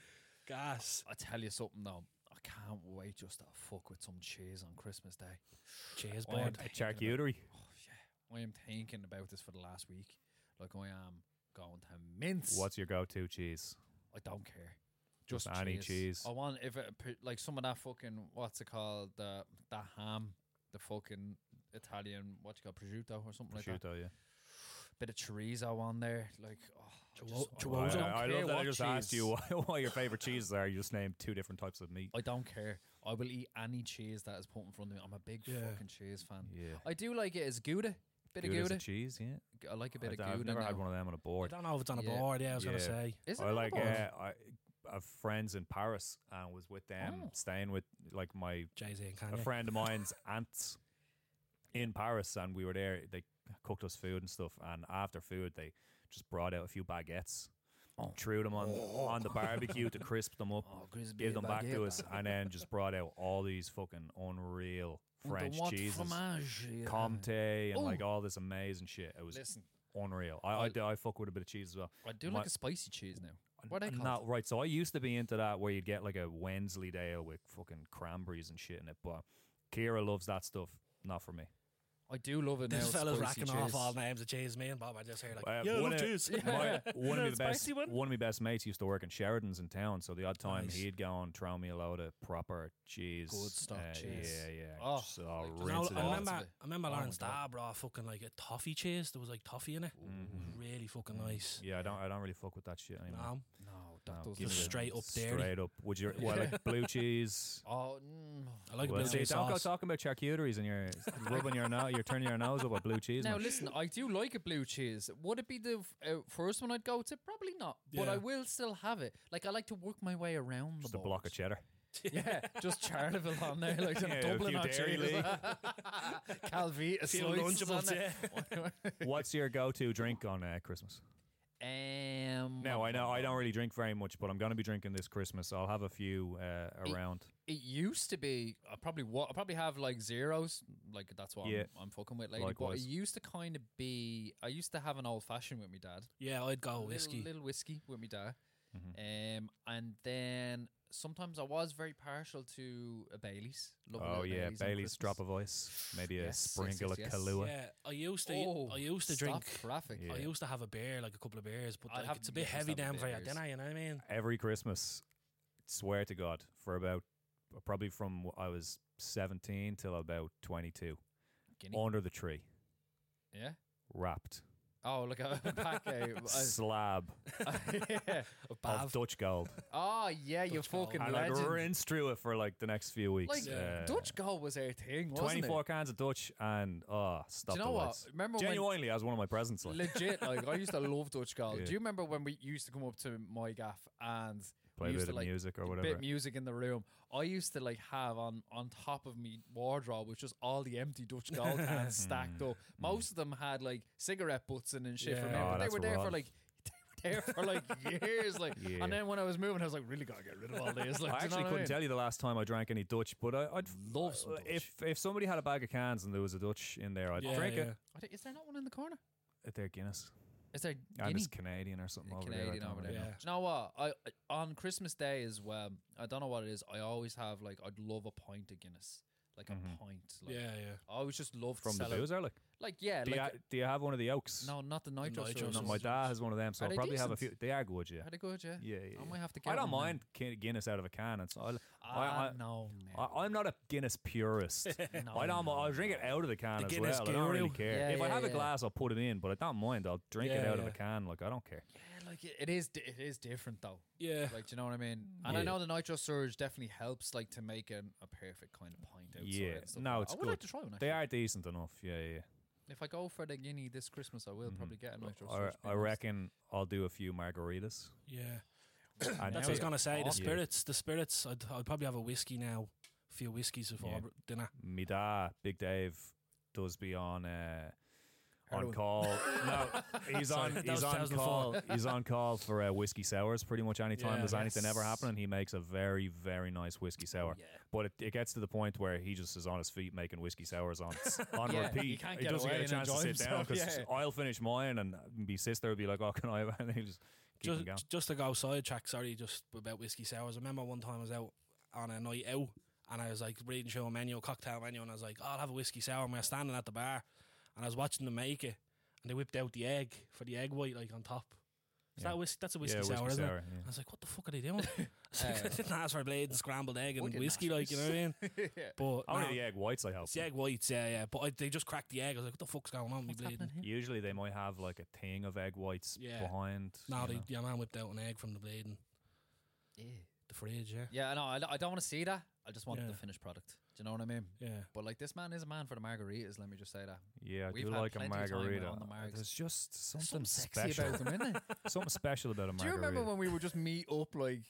S1: Gas,
S3: I tell you something though. I can't wait just to fuck with some cheese on Christmas Day.
S1: cheers,
S3: Oh, I'm
S1: bud.
S3: thinking about-
S2: Charcuterie.
S3: I am thinking about this for the last week. Like I am going to mince.
S2: What's your go-to cheese?
S3: I don't care.
S2: Just any cheese.
S3: I want if it, p- like some of that fucking what's it called the that ham, the fucking Italian what you call prosciutto or something like that.
S2: Prosciutto, yeah.
S3: Bit of chorizo on there, like oh, I
S1: Chio-
S3: just-
S1: chorizo. Well,
S2: I,
S3: I, don't
S2: I
S3: care
S2: love that I
S3: what
S2: just asked you
S3: cheese.
S2: why, why your favorite cheeses are. You just named two different types of meat.
S3: I don't care. I will eat any cheese that is put in front of me. I'm a big
S1: Yeah.
S3: fucking cheese fan.
S2: Yeah.
S3: I do like it as Gouda. Bit
S2: Gouda's
S3: of
S2: a
S3: Gouda.
S2: cheese, yeah.
S3: G- I like a bit
S2: I,
S3: of
S2: don't-
S3: Gouda.
S2: I've never had
S3: now.
S2: one of them on a
S1: I
S2: board.
S1: don't know if it's on a
S3: Yeah.
S1: board. Yeah, I was gonna
S2: Yeah.
S1: say.
S3: Is it
S2: I
S3: on the
S2: like.
S3: board?
S2: Uh, I I have friends in Paris and was with them,
S3: Oh.
S2: staying with like my
S1: Jay Z and
S2: a
S1: Kanye.
S2: friend of mine's aunts in Paris, and we were there. They cooked us food and stuff, and after food, they just brought out a few baguettes, threw them on on the barbecue to crisp them up,
S3: Oh, crispy
S2: gave them back to
S3: baguette.
S2: us, and then just brought out all these fucking unreal
S3: Want the
S2: French
S3: what
S2: cheeses,
S3: fromage, yeah.
S2: Comte, and like
S3: Oh.
S2: all this amazing shit. It was
S3: Listen,
S2: unreal. I, I
S3: I-
S2: do- I fuck with a bit of cheese as well.
S3: I do
S2: My-
S3: like a spicy cheese now. What are they
S2: N-
S3: called?
S2: no, right. So I used to be into that where you'd get like a Wensleydale with fucking cranberries and shit in it, but Kira loves that stuff. Not for me.
S3: I do love it now.
S1: This fella's
S3: spicy
S1: racking
S3: cheese.
S1: off all names of cheese. Me and Bob are just here like,
S2: Uh,
S1: yeah,
S2: one
S1: love
S2: of-
S1: cheese.
S2: My, one,
S1: Is
S2: of
S1: that
S2: my
S1: a
S2: best,
S1: spicy
S2: one?
S1: one?
S2: of my best mates used to work in Sheridan's in town, so the odd time
S1: Nice.
S2: he'd go and throw me a load of proper cheese. Uh,
S3: Good stock cheese.
S2: Yeah, yeah.
S3: Oh,
S2: just, oh,
S3: like just-
S1: No,
S2: rinse it
S1: I
S2: out.
S3: off.
S1: remember, I remember
S3: Oh my
S1: Lawrence
S3: God.
S1: Dad brought fucking like a toffee cheese. There was like toffee in it. Really fucking nice.
S2: Mm-hmm. Yeah, I don't, I don't really fuck with that shit anymore.
S1: Um,
S3: No,
S2: No,
S3: that doesn't.
S2: give me
S1: Just
S2: the-
S1: straight up dairy.
S2: Straight up. Would you? Well, like blue cheese.
S3: Oh, mm.
S1: I like a
S2: Well,
S1: blue
S2: see,
S1: cheese
S2: don't go
S1: sauce.
S2: talking about charcuteries and you're rubbing your nose, you're turning your nose up at blue cheese.
S3: now
S2: man.
S3: listen. I do like a blue cheese. Would it be the f- uh, first one I'd go to? Probably not. But
S1: Yeah.
S3: I will still have it. Like I like to work my way around
S2: just
S3: the
S2: a block of
S3: boards.
S2: cheddar.
S3: Yeah, just Charleville on there, like some
S2: Yeah, a
S3: Dublin
S2: few
S3: on
S2: Dairy
S3: cheese.
S2: Lee.
S3: Calvita
S1: Few
S3: slices on
S1: Lunchables,
S3: there.
S2: What's your go-to drink on uh, Christmas?
S3: Um,
S2: No, I know I don't really drink very much, but I'm going to be drinking this Christmas. I'll have a few uh,
S3: Eat-
S2: around.
S3: It used to be. I probably wa- I probably have like zeros. Like that's what
S2: Yeah.
S3: I'm, I'm fucking with lately. But
S2: Likewise.
S3: it used to kind of be. I used to have an old fashioned with me dad.
S1: Yeah, I'd go
S3: Little-
S1: Oh, whiskey.
S3: Little, whiskey with me dad.
S2: Mm-hmm.
S3: Um, and then sometimes I was very partial to a Baileys. Love a
S2: Oh
S3: little
S2: yeah,
S3: on
S2: Bailey's drop
S3: Christmas.
S2: of ice, maybe a
S3: Yes, yes,
S2: sprinkle
S3: yes, yes.
S2: of Kahlua.
S1: Yeah, I used to.
S3: Oh,
S1: I used to
S3: stop
S1: drink.
S3: traffic.
S2: Yeah.
S1: I used to have a beer, like a couple of beers, but
S3: I'd
S1: like,
S3: have-
S1: it's a
S3: yeah,
S1: bit
S3: just
S1: heavy
S3: have a
S1: down
S3: bit
S1: for
S3: of
S1: your
S3: beers.
S1: dinner. You know what I mean?
S2: Every Christmas, swear to God, for about probably from I was 17 till about 22,
S3: Guinea.
S2: under the tree,
S3: Yeah.
S2: wrapped
S3: Oh, look at a pack. uh,
S2: slab
S3: uh, yeah.
S2: of Dutch gold,
S3: Oh yeah, you
S1: Dutch Gold.
S3: fucking
S2: and I'd
S3: legend.
S2: rinse through it for like the next few weeks.
S3: Like
S2: Uh,
S3: Dutch gold was our thing, wasn't
S2: 24
S3: it?
S2: cans of Dutch and oh, stop
S3: Do you know
S2: the
S3: what?
S2: lights.
S3: Remember when?
S2: Genuinely, as one of my presents. Like,
S3: Legit, like I used to love Dutch gold.
S2: Yeah.
S3: Do you remember when we used to come up to my gaff and
S2: play a
S3: we used
S2: bit
S3: to
S2: of
S3: like
S2: music or
S3: bit
S2: whatever.
S3: music in the room? I used to like have on on top of me wardrobe was just all the empty Dutch gold cans stacked up. Most of them had like cigarette butts in and shit.
S1: Yeah.
S3: From there,
S2: Hmm. Oh,
S3: but they
S2: that's
S3: were there for
S2: rough.
S3: like they were there for like years. Like,
S2: Yeah.
S3: and then when I was moving, I was like, really gotta get rid of all
S2: I
S3: these. Like, do you know
S2: actually
S3: what
S2: couldn't
S3: mean?
S2: tell you the last time I drank any Dutch, but I, I'd
S3: Love some Dutch.
S2: If if somebody had a bag of cans and there was a Dutch in there, I'd
S1: Yeah,
S2: drink
S1: yeah.
S2: it.
S3: I don't- Is there not one in the corner?
S2: At their Guinness,
S3: Is there
S2: and
S3: Guinea?
S2: it's Canadian or something over there. I
S3: Canadian
S2: don't
S3: over there.
S2: really know.
S1: Yeah.
S3: Do you know what? I I- on Christmas Day as well. I don't know what it is. I always have like I'd love a pint of Guinness, like
S2: Mhm.
S3: a pint. Like,
S1: Yeah, yeah.
S3: I always just loved
S2: From the
S3: cele-
S2: booze, are like,
S3: Like yeah,
S2: do,
S3: like
S2: you, do you have one of the Oaks?
S3: no, not the
S1: nitro
S3: nitro. syrup.
S2: no
S1: sausages.
S2: my dad has one of them, so
S3: Are
S2: I'll
S3: they
S2: probably have a few.
S3: decent?
S2: They are good, yeah.
S3: Had a good yeah.
S2: Yeah, yeah,
S3: I
S2: yeah.
S3: might have to. Get
S2: I don't
S3: one then.
S2: mind Gu- Guinness out of a can. It's I,
S3: Ah,
S2: I,
S3: no,
S2: I, I, I'm not a Guinness purist.
S3: no,
S2: I don't.
S3: no,
S2: I'll drink it out of the can
S1: The
S2: as
S1: Guinness
S2: well. I don't
S1: guru.
S2: really care.
S3: Yeah,
S2: if I
S3: yeah,
S2: have a
S3: yeah.
S2: glass, I'll put it in, but I don't mind. I'll drink it
S1: Yeah,
S2: out of a
S1: yeah.
S2: can. Like I don't care.
S3: Yeah, like it, it is. di- It is different though.
S1: Yeah.
S3: Like do you know what I mean? And I
S2: Yeah.
S3: know the nitro surge definitely helps, like to make an, a perfect kind of pint. Outside
S2: Yeah.
S3: and stuff
S2: No,
S3: like
S2: it's
S3: that. I would like
S2: good.
S3: to try one.
S2: They
S3: actually.
S2: are decent enough. Yeah, yeah.
S3: If I go for the guinea this Christmas, I will
S2: Mm-hmm.
S3: probably get a nitro
S2: I,
S3: surge. to be
S2: I
S3: honest.
S2: reckon I'll do a few margaritas.
S1: Yeah.
S2: And
S1: That's what I was
S2: take
S1: gonna say. The
S2: off. Yeah.
S1: spirits, the spirits. I'd, I'd probably have a whiskey now. A few whiskeys before
S2: Yeah.
S1: br- dinner.
S2: Me da, Big Dave, does be on uh, on call. no, he's
S1: Sorry,
S2: on.
S1: that
S2: He's
S1: was
S2: on
S1: 2004.
S2: call. He's on call for uh, whiskey sours pretty much any time
S1: Yeah.
S2: there's anything ever
S1: Yes.
S2: happening. He makes a very very nice whiskey sour.
S1: Yeah.
S2: But it, it gets to the point where he just is on his feet making whiskey sours on on
S3: Yeah,
S2: repeat.
S3: you can't
S2: he
S3: get
S2: doesn't
S3: away
S2: get a
S3: and
S2: chance to
S3: enjoy
S2: sit down
S3: himself,
S2: because
S3: yeah.
S2: I'll finish mine and my sister would be like, "Oh, can I?" have-" And he just keep
S1: just,
S2: it going.
S1: just to go sidetrack, sorry, just about whiskey sours. I remember one time I was out on a night out and I was like reading through a menu, a cocktail menu, and I was like, oh, I'll have a whiskey sour. And we were standing at the bar and I was watching them make it and they whipped out the egg for the egg white like on top. Is
S2: Yeah.
S1: that whis- that's a whiskey
S2: yeah,
S1: sour, isn't
S2: whiskey
S1: it?
S2: sour.
S1: I was like, what the fuck are they doing? I was like,
S3: Uh,
S1: I didn't ask for a blade and scrambled egg and
S3: Fucking
S1: whiskey, like, you know what I mean?
S3: yeah.
S1: But
S2: Oh, Yeah. Only
S1: no,
S2: the egg whites I help.
S1: it's the egg whites, yeah, yeah. But I, they just cracked the egg. I was like, what the fuck's going on with me bleeding?
S2: Usually they might have like a thing of egg whites
S1: Yeah.
S2: behind.
S1: No,
S2: you
S1: they,
S2: know.
S1: your man whipped out an egg from the bleeding. The fridge, yeah.
S3: Yeah, no, I, I don't want to see that. I just want the
S1: Yeah.
S3: finished product. Do you know what I mean?
S1: Yeah.
S3: But like this man is a man for the margaritas. Let me just say that.
S2: Yeah, I
S3: We've
S2: do
S3: had
S2: like a
S3: plenty of time now
S2: margarita.
S3: on the margs.
S2: There's just
S3: There's
S2: something,
S3: sexy
S2: special.
S3: about them, isn't there?
S2: something special about a margarita.
S3: Do you remember when we would just meet up like?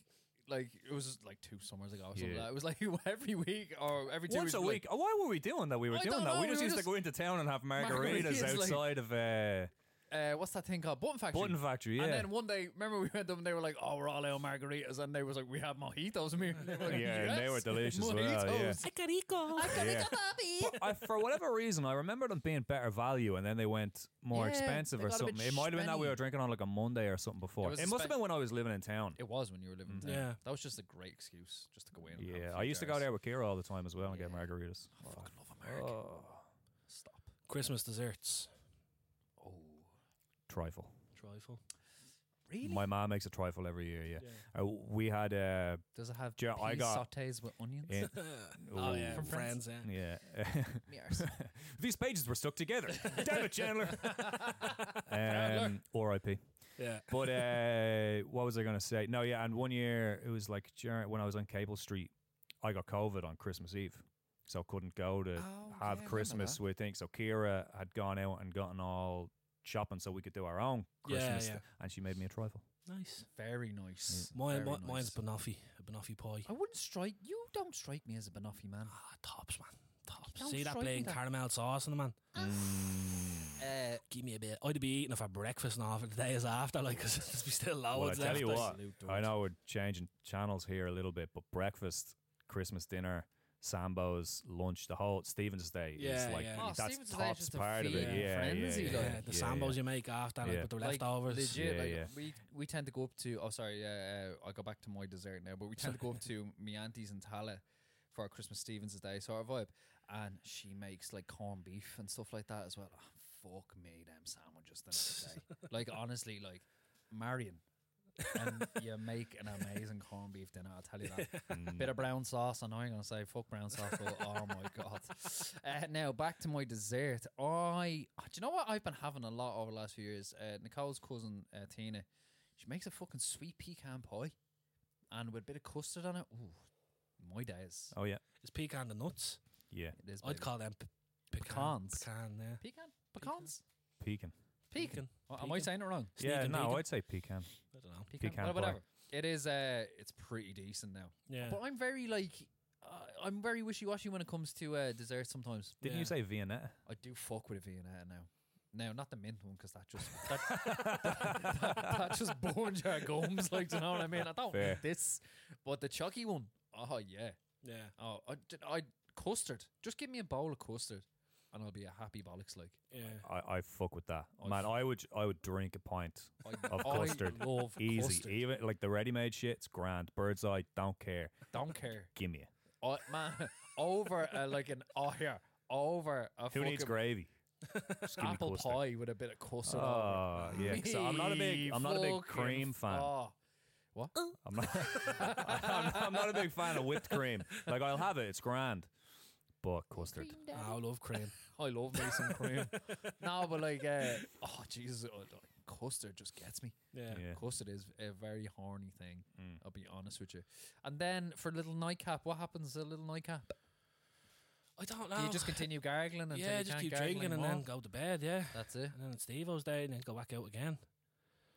S3: Like it was like two summers ago or something.
S2: Yeah.
S3: Like that. It was like every week or every two
S2: once
S3: weeks,
S2: a
S3: like,
S2: week? oh, why were we doing that? We were
S3: I
S2: doing
S3: don't
S2: that.
S3: know,
S2: We just
S3: we were
S2: used to
S3: just-
S2: go into town and have margaritas,
S3: Margaritas, like-
S2: outside of uh,
S3: uh, what's that thing called? Button Factory.
S2: Button Factory. Yeah,
S3: And then one day, remember we went up and they were like, "Oh, we're all out margaritas," and they was like, "We have mojitos." And we were like,
S2: Yeah, and they were
S3: "Yes,
S2: delicious as well, yeah.
S3: mojitos."
S2: Yeah. But I, for whatever reason, I remember them being better value, and then they went more
S3: Yeah,
S2: expensive
S3: they
S2: or
S3: got a bit
S2: something. It might have been that we
S3: spenny.
S2: were drinking on like a Monday or something before.
S3: was
S2: It,
S3: a
S2: must have
S3: spe-
S2: been when I was living in town.
S3: It was when you were living.
S2: Mm.
S3: There.
S1: Yeah.
S3: that was just a great excuse just to go in. and have a
S2: Yeah,
S3: few
S2: I used to go
S3: jars.
S2: there with Kira all the time as well and get
S3: Yeah.
S2: margaritas.
S3: I fucking love America. Oh, Stop.
S1: Christmas desserts.
S3: Oh,
S2: Trifle.
S1: Trifle.
S3: really?
S2: My mom makes a trifle every year. Yeah,
S1: Yeah.
S2: Uh, we had uh,
S3: Does it have
S2: Do you know, I
S3: pea
S2: got-
S3: sautés with onions?
S2: in,
S1: oh
S2: Ooh.
S1: yeah,
S3: From
S1: from
S3: France?
S1: friends. Yeah.
S2: yeah.
S3: Mears.
S2: These pages were stuck together. Damn it, Chandler. um, R.I.P.
S1: Yeah.
S2: But uh, what was I going to say? No, yeah, and one year it was like during, when I was on Cable Street, I got COVID on Christmas Eve, so couldn't go to
S3: Oh, yeah, I
S2: have
S3: remember
S2: Christmas
S3: that.
S2: with things. So Kira had gone out and gotten all shopping so we could do our own
S1: Yeah,
S2: Christmas,
S1: yeah.
S2: and she made me a trifle.
S1: Nice.
S3: Very nice.
S1: Mine,
S3: Very
S1: mi- mine's
S3: nice.
S1: banoffee, a banoffee pie.
S3: I wouldn't strike. You don't strike me as a banoffee man.
S1: Ah, tops, man. Tops.
S3: Don't
S1: See that
S3: strike me
S1: plain
S3: that-
S1: caramel sauce in the man.
S2: Mm.
S1: Eh,
S3: Uh,
S1: Give me a bit. I'd be eating it for breakfast and half the days after, like, because there'd be still
S2: Well, I
S1: loads
S2: tell
S1: left.
S2: you
S1: like.
S2: what,
S3: Absolute
S2: I
S3: dogs.
S2: know we're changing channels here a little bit, but breakfast, Christmas dinner, Sambo's, lunch, the whole Stephen's Day
S1: Yeah,
S2: is like
S1: yeah.
S3: Oh,
S2: that's
S3: Stephen's Day is
S2: tops
S3: just a
S2: part of it.
S1: feeding
S2: Yeah,
S3: frenzy,
S2: yeah,
S1: yeah,
S2: yeah,
S3: like.
S1: the
S2: yeah,
S1: sambos
S2: yeah.
S1: you make after, like,
S2: Yeah.
S1: with the
S3: Like,
S1: leftovers.
S3: Legit,
S2: Yeah,
S3: like
S2: yeah.
S3: we we tend to go up to. Oh, sorry. Yeah, uh, I go back to my dessert now, but we tend to go up to my auntie's in Tala for our Christmas Stevens Day sort of vibe, and she makes like corned beef and stuff like that as well. Oh, fuck me, them sandwiches the next day. like honestly, like Marion. and you make an amazing corned beef dinner. I'll tell you that.
S2: Mm.
S3: Bit of brown sauce. I know you're gonna say fuck brown sauce, but oh my god. Uh, now back to my dessert. I uh, do you know what I've been having a lot over the last few years. Uh, Nicole's cousin uh, Tina, she makes a fucking sweet pecan pie, and with a bit of custard on it. Ooh, my days.
S2: Oh yeah,
S1: It's pecan the nuts.
S2: yeah,
S3: It is.
S1: I'd
S3: baby.
S1: call them p- pecan.
S3: Pecans.
S1: Pecan, yeah.
S3: pecan pecans.
S2: pecan.
S3: Pecan. Am I
S1: Pecan.
S3: saying it wrong?
S2: yeah,
S1: Sneaking
S2: no,
S1: pecan.
S2: I'd say pecan.
S1: I don't know.
S3: Pecan.
S2: Pecan
S3: well,
S2: pie.
S3: whatever. It is. Uh, it's pretty decent now.
S1: Yeah.
S3: But I'm very like, uh, I'm very wishy washy when it comes to uh, desserts. Sometimes
S2: Didn't
S1: Yeah.
S2: you say Viennetta?
S3: I do fuck with a Viennetta now. Now, not the mint one because that just that, that, that just burns your gums. Like, do you know what I mean? I don't
S2: Fair.
S3: want this, but the chucky one. Oh yeah.
S1: yeah.
S3: Oh, I, d- I- custard. Just give me a bowl of custard, and I'll be a happy bollocks. Like,
S1: Yeah.
S2: I, I fuck with that,
S3: I
S2: man. I would I would drink a pint
S3: I,
S2: Of
S3: I
S2: custard.
S3: love
S2: easy,
S3: custard.
S2: even like the ready made shit. It's grand. Bird's eye, don't care.
S3: Don't care.
S2: Give me it.
S3: Oh, man, over uh, like an oh here over a
S2: Who needs
S3: fucking
S2: gravy? Just give me
S3: apple
S2: custard.
S3: pie with a bit of custard. over it.
S2: Oh yeah, so I'm not a big I'm not a big cream fan.
S3: Oh,
S2: I'm not, I'm, I'm not a big fan of whipped cream. Like I'll have it, it's grand, but custard.
S1: I love cream.
S3: Ah, I love me some cream. no, but like, uh, oh Jesus, oh, oh, custard just gets me.
S1: Yeah. Mm.
S2: Yeah.
S3: Custard is a very horny thing. I'll be honest with you. And then for little nightcap, what happens to a little nightcap?
S1: I don't
S3: Do
S1: know.
S3: you just continue gargling until
S1: Ah. yeah,
S3: you
S1: just
S3: can't
S1: keep
S3: gargle
S1: drinking and
S3: anymore?
S1: then go to bed. Yeah.
S3: That's it.
S1: And then it's Steve-O's day and then go back out again.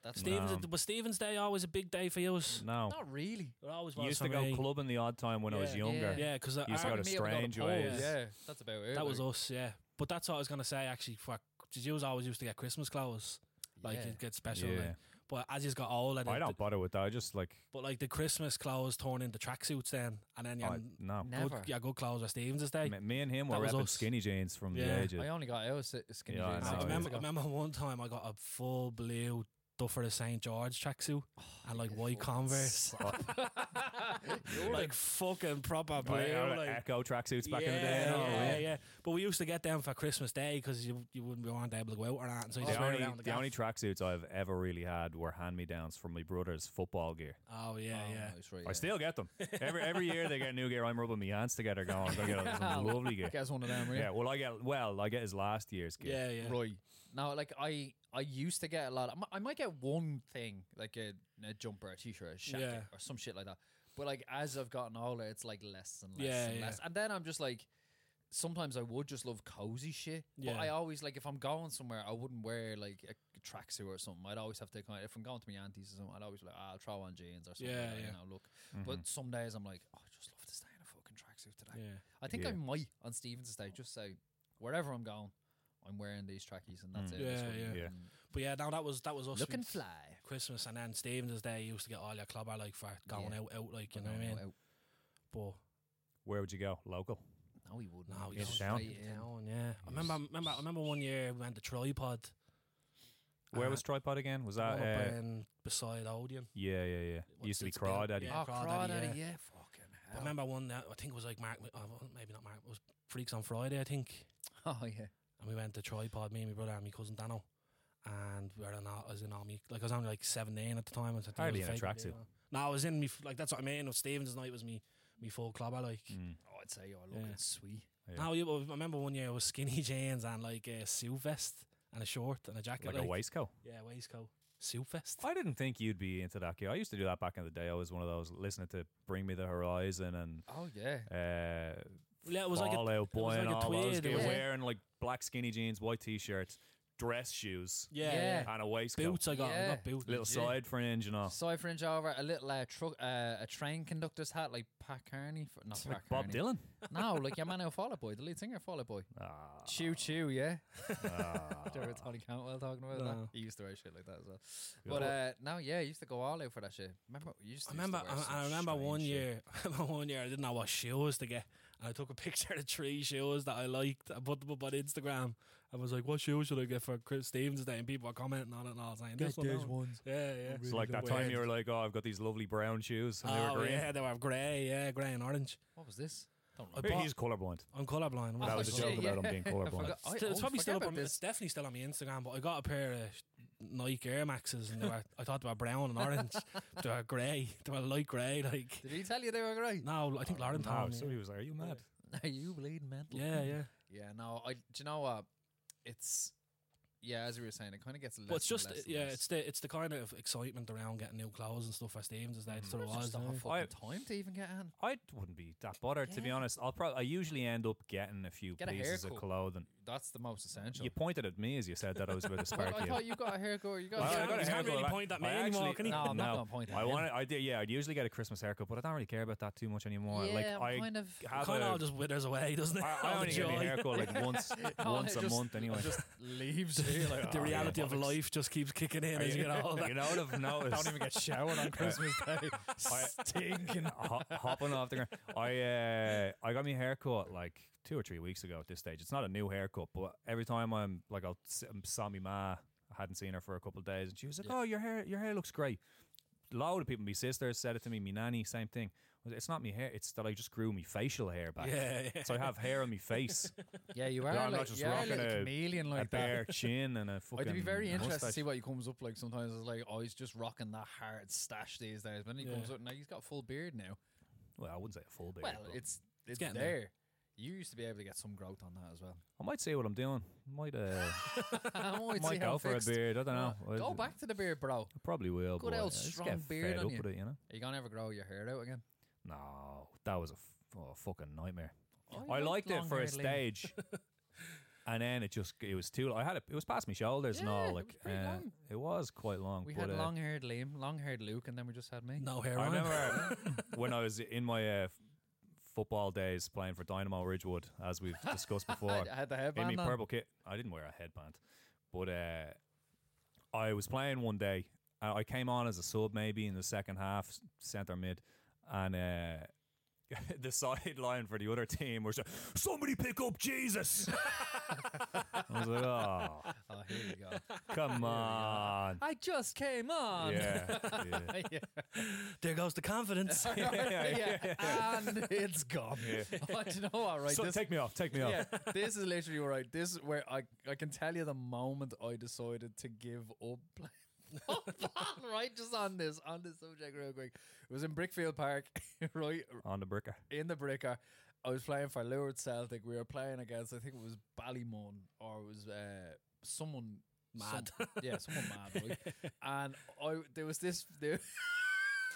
S3: That's
S1: Stevens,
S2: Um,
S1: was Stevens Day always a big day for you? It
S2: No,
S3: not really.
S1: always was
S2: used
S1: for
S2: to go
S1: me.
S2: clubbing the odd time when I was
S1: Yeah.
S2: younger.
S1: Yeah, because
S2: Used to go to
S3: Meet up and go to
S2: strange
S3: pubs,
S2: ways.
S3: Yeah, that's about it.
S1: that was
S3: like.
S1: us. Yeah, but that's what I was gonna say actually for Did you always used to get Christmas clothes? Like
S3: Yeah.
S1: you'd get special.
S2: Yeah.
S1: Like, but as you got older,
S2: I
S1: the-
S2: don't bother with that. I just like
S1: But like the Christmas clothes torn into tracksuits then, and then
S2: I,
S1: your
S2: no.
S3: Never.
S1: good, your good clothes were Stevens' day.
S2: Me, me and him were
S1: That was
S2: repping
S1: us.
S2: skinny jeans from
S1: Yeah.
S2: the age of
S3: I only got out si- skinny
S2: Yeah, I
S3: jeans.
S1: I
S2: know,
S3: six
S2: yeah.
S1: remember,
S3: months ago.
S1: remember one time I got a full blue Duffer the St. George tracksuit
S3: Oh,
S1: and like
S3: you
S1: white
S3: fucking
S1: Converse.
S3: You're
S1: like fucking proper blue.
S2: Right, or like
S1: like,
S2: Echo tracksuits back
S1: yeah,
S2: in the day. and all,
S1: Yeah, yeah,
S2: yeah.
S1: But we used to get them for Christmas Day because you, you wouldn't be weren't able to go out or that. So you
S2: Oh, The
S1: just wear it
S2: only,
S1: around the,
S2: the
S1: gaff.
S2: only tracksuits I've ever really had were hand me downs from my brother's football gear.
S1: Oh, yeah,
S3: Oh,
S1: yeah.
S3: nice, right,
S2: I
S3: yeah.
S2: still get them. Every every year they get new gear. I'm rubbing my hands together going, I'm going to get
S1: Oh.
S2: some lovely gear.
S3: Guess one of them, right?
S2: Yeah, well, I get well, I get his last year's gear.
S1: Yeah, yeah.
S3: Right. Now, like I, I used to get a lot. Of, I mi- I might get one thing, like a, a jumper, a t-shirt, a jacket,
S1: Yeah.
S3: or some shit like that. But like as I've gotten older, it's like less and less
S1: Yeah,
S3: and
S1: yeah.
S3: less. And then I'm just like, sometimes I would just love cozy shit.
S1: Yeah.
S3: But I always like if I'm going somewhere, I wouldn't wear like a tracksuit or something. I'd always have to kind. Of, if I'm going to my auntie's or something, I'd always be like, "Ah, I'll throw on jeans or something.
S1: Yeah,
S3: like that,
S1: yeah. Mm-hmm.
S3: You know, look.
S2: Mm-hmm.
S3: But some days I'm like, oh, I just love to stay in a fucking tracksuit today.
S1: Yeah.
S3: I think I
S2: Yeah.
S3: might on Stevens' day just say wherever I'm going, I'm wearing these trackies and that's
S2: Mm.
S3: it. That's
S1: Yeah,
S3: what-
S1: yeah.
S2: Yeah.
S3: Mm.
S1: But yeah, no, that was that was us.
S3: Looking
S1: We'd-
S3: fly.
S1: Christmas and then Stevens' day you used to get all your clubber like for going
S3: Yeah.
S1: out, out like you know what I mean.
S3: Out.
S1: But
S2: Where would you go? Local.
S3: No, he wouldn't.
S1: No,
S3: He'd
S1: you
S3: go
S2: just sound-
S3: straight in.
S1: down, yeah. I remember, I remember, I remember one year we went to Tripod.
S2: Where
S1: Uh,
S2: was tripod again? Was
S1: the
S2: that?
S1: one up
S2: Uh,
S1: in beside Odeon?
S2: yeah, yeah, yeah.
S1: What,
S2: Used to be
S1: it's built-
S2: Crawdaddy.
S1: Yeah,
S3: Oh,
S1: Crawdaddy,
S3: Crawdaddy,
S1: yeah.
S3: yeah. Fucking
S1: I
S3: hell.
S1: remember one that I think it was like Mark, oh, well, maybe not Mark. It was Freaks on Friday, I think.
S3: Oh, yeah.
S1: And we went to Tripod, me and my brother and my cousin Dano. And we were in, all- I was in all my, like I was only like 17 at the time. I was- I think it
S2: Hardly
S1: was
S2: in a
S1: fake-
S2: tracksuit.
S1: No, I was in me, f- like that's what I mean. Of Stevens' night was me, me full clubber, like.
S2: Mm.
S3: Oh, I'd say you're looking
S1: Yeah.
S3: sweet.
S2: Yeah.
S1: No, you, I remember one year it was skinny jeans and like a suit vest and a short and a jacket.
S2: Like a waistcoat.
S1: Yeah, waistcoat. Suit vest.
S2: I didn't think you'd be into that gear. I used to do that back in the day. I was one of those listening to Bring Me the Horizon and
S3: Oh, yeah.
S2: uh,
S1: Yeah, it was like a-
S2: Fallout
S1: was
S2: Boy and
S1: like a
S2: all those
S1: tweed,
S2: gear,
S3: yeah.
S2: wearing like black skinny jeans, white t-shirts, dress shoes,
S1: Yeah,
S3: Yeah.
S1: yeah.
S2: and a waistcoat,
S1: Boots I got. I
S3: Yeah.
S1: got boots.
S2: little
S1: yeah.
S2: side fringe and all.
S3: Side fringe over, a little uh, truck, uh, a train conductor's hat, like Pat Carney. For, not
S2: It's
S3: Pat
S2: like Bob
S3: Carney.
S2: Dylan.
S3: No, like your man out Fall Out Boy, the lead singer of Fall Out Boy.
S2: Ah,
S3: Chew Chew, yeah.
S2: ah.
S3: Remember Tony Cantwell talking about
S1: No.
S3: that? He used to write shit like that as well. But
S2: Yeah.
S3: uh, no, yeah, he used to go all out for that shit. Remember, you used
S1: I
S3: to,
S1: remember.
S3: Used to wear some
S1: I, I remember
S3: strange
S1: one
S3: shit.
S1: year. I remember one year I didn't know what shoes to get, and I took a picture of three shoes that I liked. I put them up on Instagram. I was like, "What shoes should I get for Chris Stevens today?" And people were commenting on it and all saying, "This one." that one."
S3: ones.
S1: Yeah, yeah.
S2: It's like that time you were like, "Oh, I've got these lovely brown shoes," and they
S1: Oh
S2: were green.
S1: yeah, they were grey. Yeah, grey and orange.
S3: What was this? Don't
S1: I
S3: remember.
S2: Maybe
S1: bought-
S2: He's colorblind.
S1: I'm colourblind.
S2: That
S3: Oh,
S2: was a
S3: shit,
S2: joke about
S3: yeah.
S2: him being
S3: I
S2: colorblind.
S3: forgot- I
S1: Still, it's
S3: always
S1: probably
S3: forget
S1: still up
S3: about
S1: on, it's definitely still on my Instagram, but I got a pair of Nike Air Maxes and they were, I thought they were brown and orange. but they were grey. They were light grey, like
S3: Did he tell you they were great?
S1: no, I think Lauren
S2: No,
S1: told me.
S2: somebody was like, "Are you mad?"
S3: Are you bleeding mental?
S1: Yeah, yeah.
S3: Yeah, no, I. Do you know what? It's yeah, as we were saying, it kind of gets less.
S1: But it's just
S3: and less and
S1: yeah,
S3: less.
S1: it's the it's the kind of excitement around getting new clothes and stuff for Stevens is that
S2: Mm.
S1: sort of
S3: There's
S1: was.
S3: just not
S1: you know?
S3: fucking
S2: I-
S3: time to even get on.
S2: I wouldn't be that bothered to be
S3: Yeah.
S2: honest. I'll probably I usually end up getting a few
S3: Get a
S2: pieces of
S3: haircut.
S2: clothing.
S3: That's the most essential.
S2: You pointed at me as you said that I was about to
S3: Well,
S2: spark
S3: I
S2: you.
S3: thought you got a haircut. or You got.
S1: Well,
S3: a
S1: I got a
S3: haircut.
S1: haircut. can't really
S2: I-
S1: point at
S2: I
S1: me anymore, can he?
S3: No, I'm not gonna point at
S2: I
S3: him.
S2: want. I did. Yeah, I'd usually get a Christmas haircut, but I don't really care about that too much anymore.
S3: yeah,
S2: like
S3: I'm
S2: I
S3: kind of.
S2: have
S1: Kind
S2: a-
S1: of all just withers away, doesn't it?
S2: I, I
S1: All the
S2: only get a
S1: joy.
S2: haircut like once, once a
S3: just-
S2: month anyway.
S3: Just leaves here. Like,
S1: the
S2: Oh, yeah,
S1: reality of
S2: bollocks.
S1: life just keeps kicking in as you get older.
S2: you know what I've noticed?
S3: don't even get showered on Christmas Day. Stinking.
S2: Ho- hopping off the ground. I uh, I got my haircut like two or three weeks ago. At this stage, it's not a new haircut, but every time I'm like I'll s- um, saw my ma. I hadn't seen her for a couple of days, and she was like, "Oh, your hair, your hair looks great." A lot of people, my sisters said it to me. My nanny, same thing. I was like, It's not my hair; it's that I just grew my facial hair back.
S1: Yeah, yeah.
S2: So I have hair on my face,
S3: Yeah, you are.
S2: I'm not
S3: like,
S2: just
S3: you are a
S2: rocking
S3: little
S2: a-
S3: chameleon
S2: a
S3: like that.
S2: bare chin, and a fucking.
S3: I'd be very interested to
S2: mustache.
S3: see what he comes up like. Sometimes it's like, oh, he's just rocking that hard stash these days. But then he comes
S1: Yeah.
S3: up now, he's got full beard now.
S2: Well, I wouldn't say a full beard.
S3: Well,
S2: but
S3: it's it's, there.
S1: getting there.
S3: You used to be able to get some growth on that as well.
S2: I might see what I'm doing. Might uh,
S3: I might see
S2: might
S3: how
S2: go for a
S3: fixed-
S2: beard. I don't know.
S3: Uh, Go back to the beard, bro. Are
S2: I probably will.
S3: Good
S2: but
S3: old
S2: I just
S3: strong
S2: get
S3: beard
S2: fed
S3: on
S2: up
S3: you.
S2: With it, you know.
S3: you gonna ever grow your hair out again?
S2: No, that was a, f- oh, fucking nightmare.
S3: Oh,
S2: I
S3: you
S2: liked it for a
S3: long-haired lady.
S2: stage, and then it just it was too. I had it. It was past my shoulders and
S3: Yeah,
S2: all.
S3: it
S2: Like
S3: was pretty
S2: uh,
S3: long.
S2: it was quite long.
S3: We
S2: but,
S3: had
S2: uh,
S3: long-haired Liam, long-haired Luke, and then we just had me.
S1: No hair
S2: I
S1: on.
S2: remember when I was in my uh, f- football days playing for Dynamo Ridgewood, as we've discussed before.
S3: I had the
S2: in
S3: headband
S2: my
S3: on.
S2: purple kit, I didn't wear a headband. But uh, I was playing one day. and I came on as a sub maybe in the second half, s- centre mid, and uh, the sideline for the other team was like, "Somebody pick up Jesus." I was like, "Oh,
S3: Oh, here we go.
S2: come on."
S3: I just came on.
S2: Yeah, yeah.
S3: yeah.
S1: There goes the confidence.
S3: yeah. And it's gone. Oh, do you know what, right?
S2: so
S3: this,
S2: take me off, take me off.
S3: yeah, this is literally right. This is where I, I can tell you the moment I decided to give up playing football, right? Just on this, on this subject real quick. It was in Brickfield Park, right?
S2: On the bricker.
S3: in the Bricker. I was playing for Lourdes Celtic. We were playing against, I think it was Ballymun or it was uh, someone
S1: Mad.
S3: some- yeah, someone mad. Right? and I there was this there,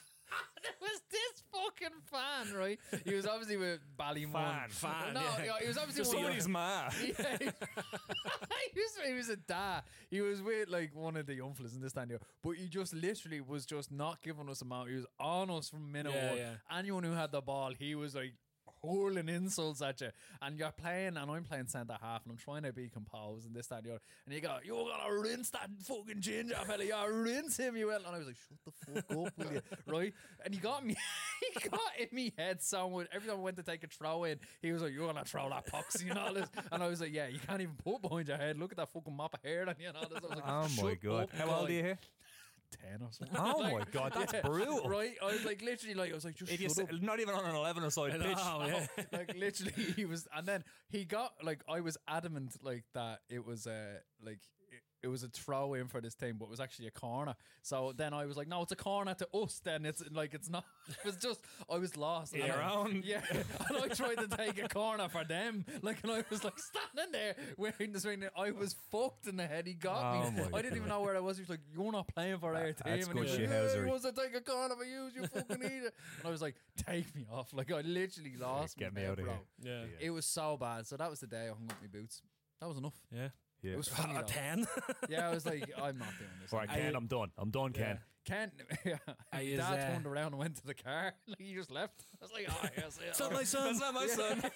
S3: there was this fucking fan, right? He was obviously with Ballymun.
S2: Fan, fan,
S3: No,
S1: yeah.
S3: he was obviously
S1: Just
S3: one of
S1: somebody's
S2: ma.
S3: yeah, he, he was, he was a da. He was with like one of the young fellas in this time here, but he just literally was just not giving us a mount. He was on us from minute
S1: Yeah,
S3: one.
S1: yeah.
S3: Anyone who had the ball, he was like hurling insults at you. And you're playing, and I'm playing centre half, and I'm trying to be composed and this that and the other. And you go, you're gonna rinse that fucking ginger fella. You rinse him, you will. And I was like, shut the fuck up, will you? Right? And he got me. he got in me head so much. Every time I went to take a throw in, he was like, you're gonna throw that poxy and all this. And I was like, yeah, you can't even put behind your head. Look at that fucking mop of hair on you and all this. I was like,
S2: Oh my
S3: "Shut
S2: god.
S3: up,
S2: How old
S3: guy."
S2: are you here?
S3: Ten or something.
S2: Oh
S3: Like,
S2: my god, that's
S3: yeah,
S2: brutal.
S3: Right? I was like, literally, like I was like, just
S2: If you
S3: shut
S2: s-
S3: up.
S2: not even on an 11 aside pitch.
S1: Oh, yeah.
S3: like literally he was and then he got like i was adamant like that it was a like it, it was a throw in for this team but it was actually a corner so then i was like no it's a corner to us then it's like it's not it was just i was lost And
S2: Your
S3: I-
S2: own.
S3: yeah and i tried to take a corner for them like and i was like standing there wearing the swing i was fucked in the head he got
S2: Oh
S3: me
S2: my
S3: i didn't even know where i was he was like you're not playing for our team
S2: that's
S3: and he
S2: good
S3: was like,
S2: shithousery.
S3: "Yeah, he wants to take a corner for you you fucking idiot and i was like take me off like i literally lost
S2: Get
S3: my
S2: me
S3: head,
S2: outta
S3: bro.
S2: here.
S1: yeah.
S2: Yeah.
S3: It was so bad. So that was the day I hung up my boots. That was enough.
S1: Yeah.
S2: Yeah.
S3: It was funny.
S1: Out of
S3: though.
S1: 10.
S3: yeah, I was like, I'm not doing this.
S2: All right,
S1: I-
S2: Ken, I, am done. I'm done, Ken.
S3: Ken, yeah,
S1: I
S3: his
S1: is,
S3: dad
S1: uh,
S3: turned around and went to the car. Like he just left. I was like, oh, yes, yeah,
S1: It's
S3: all
S1: not my
S3: right.
S1: son. That's not my son.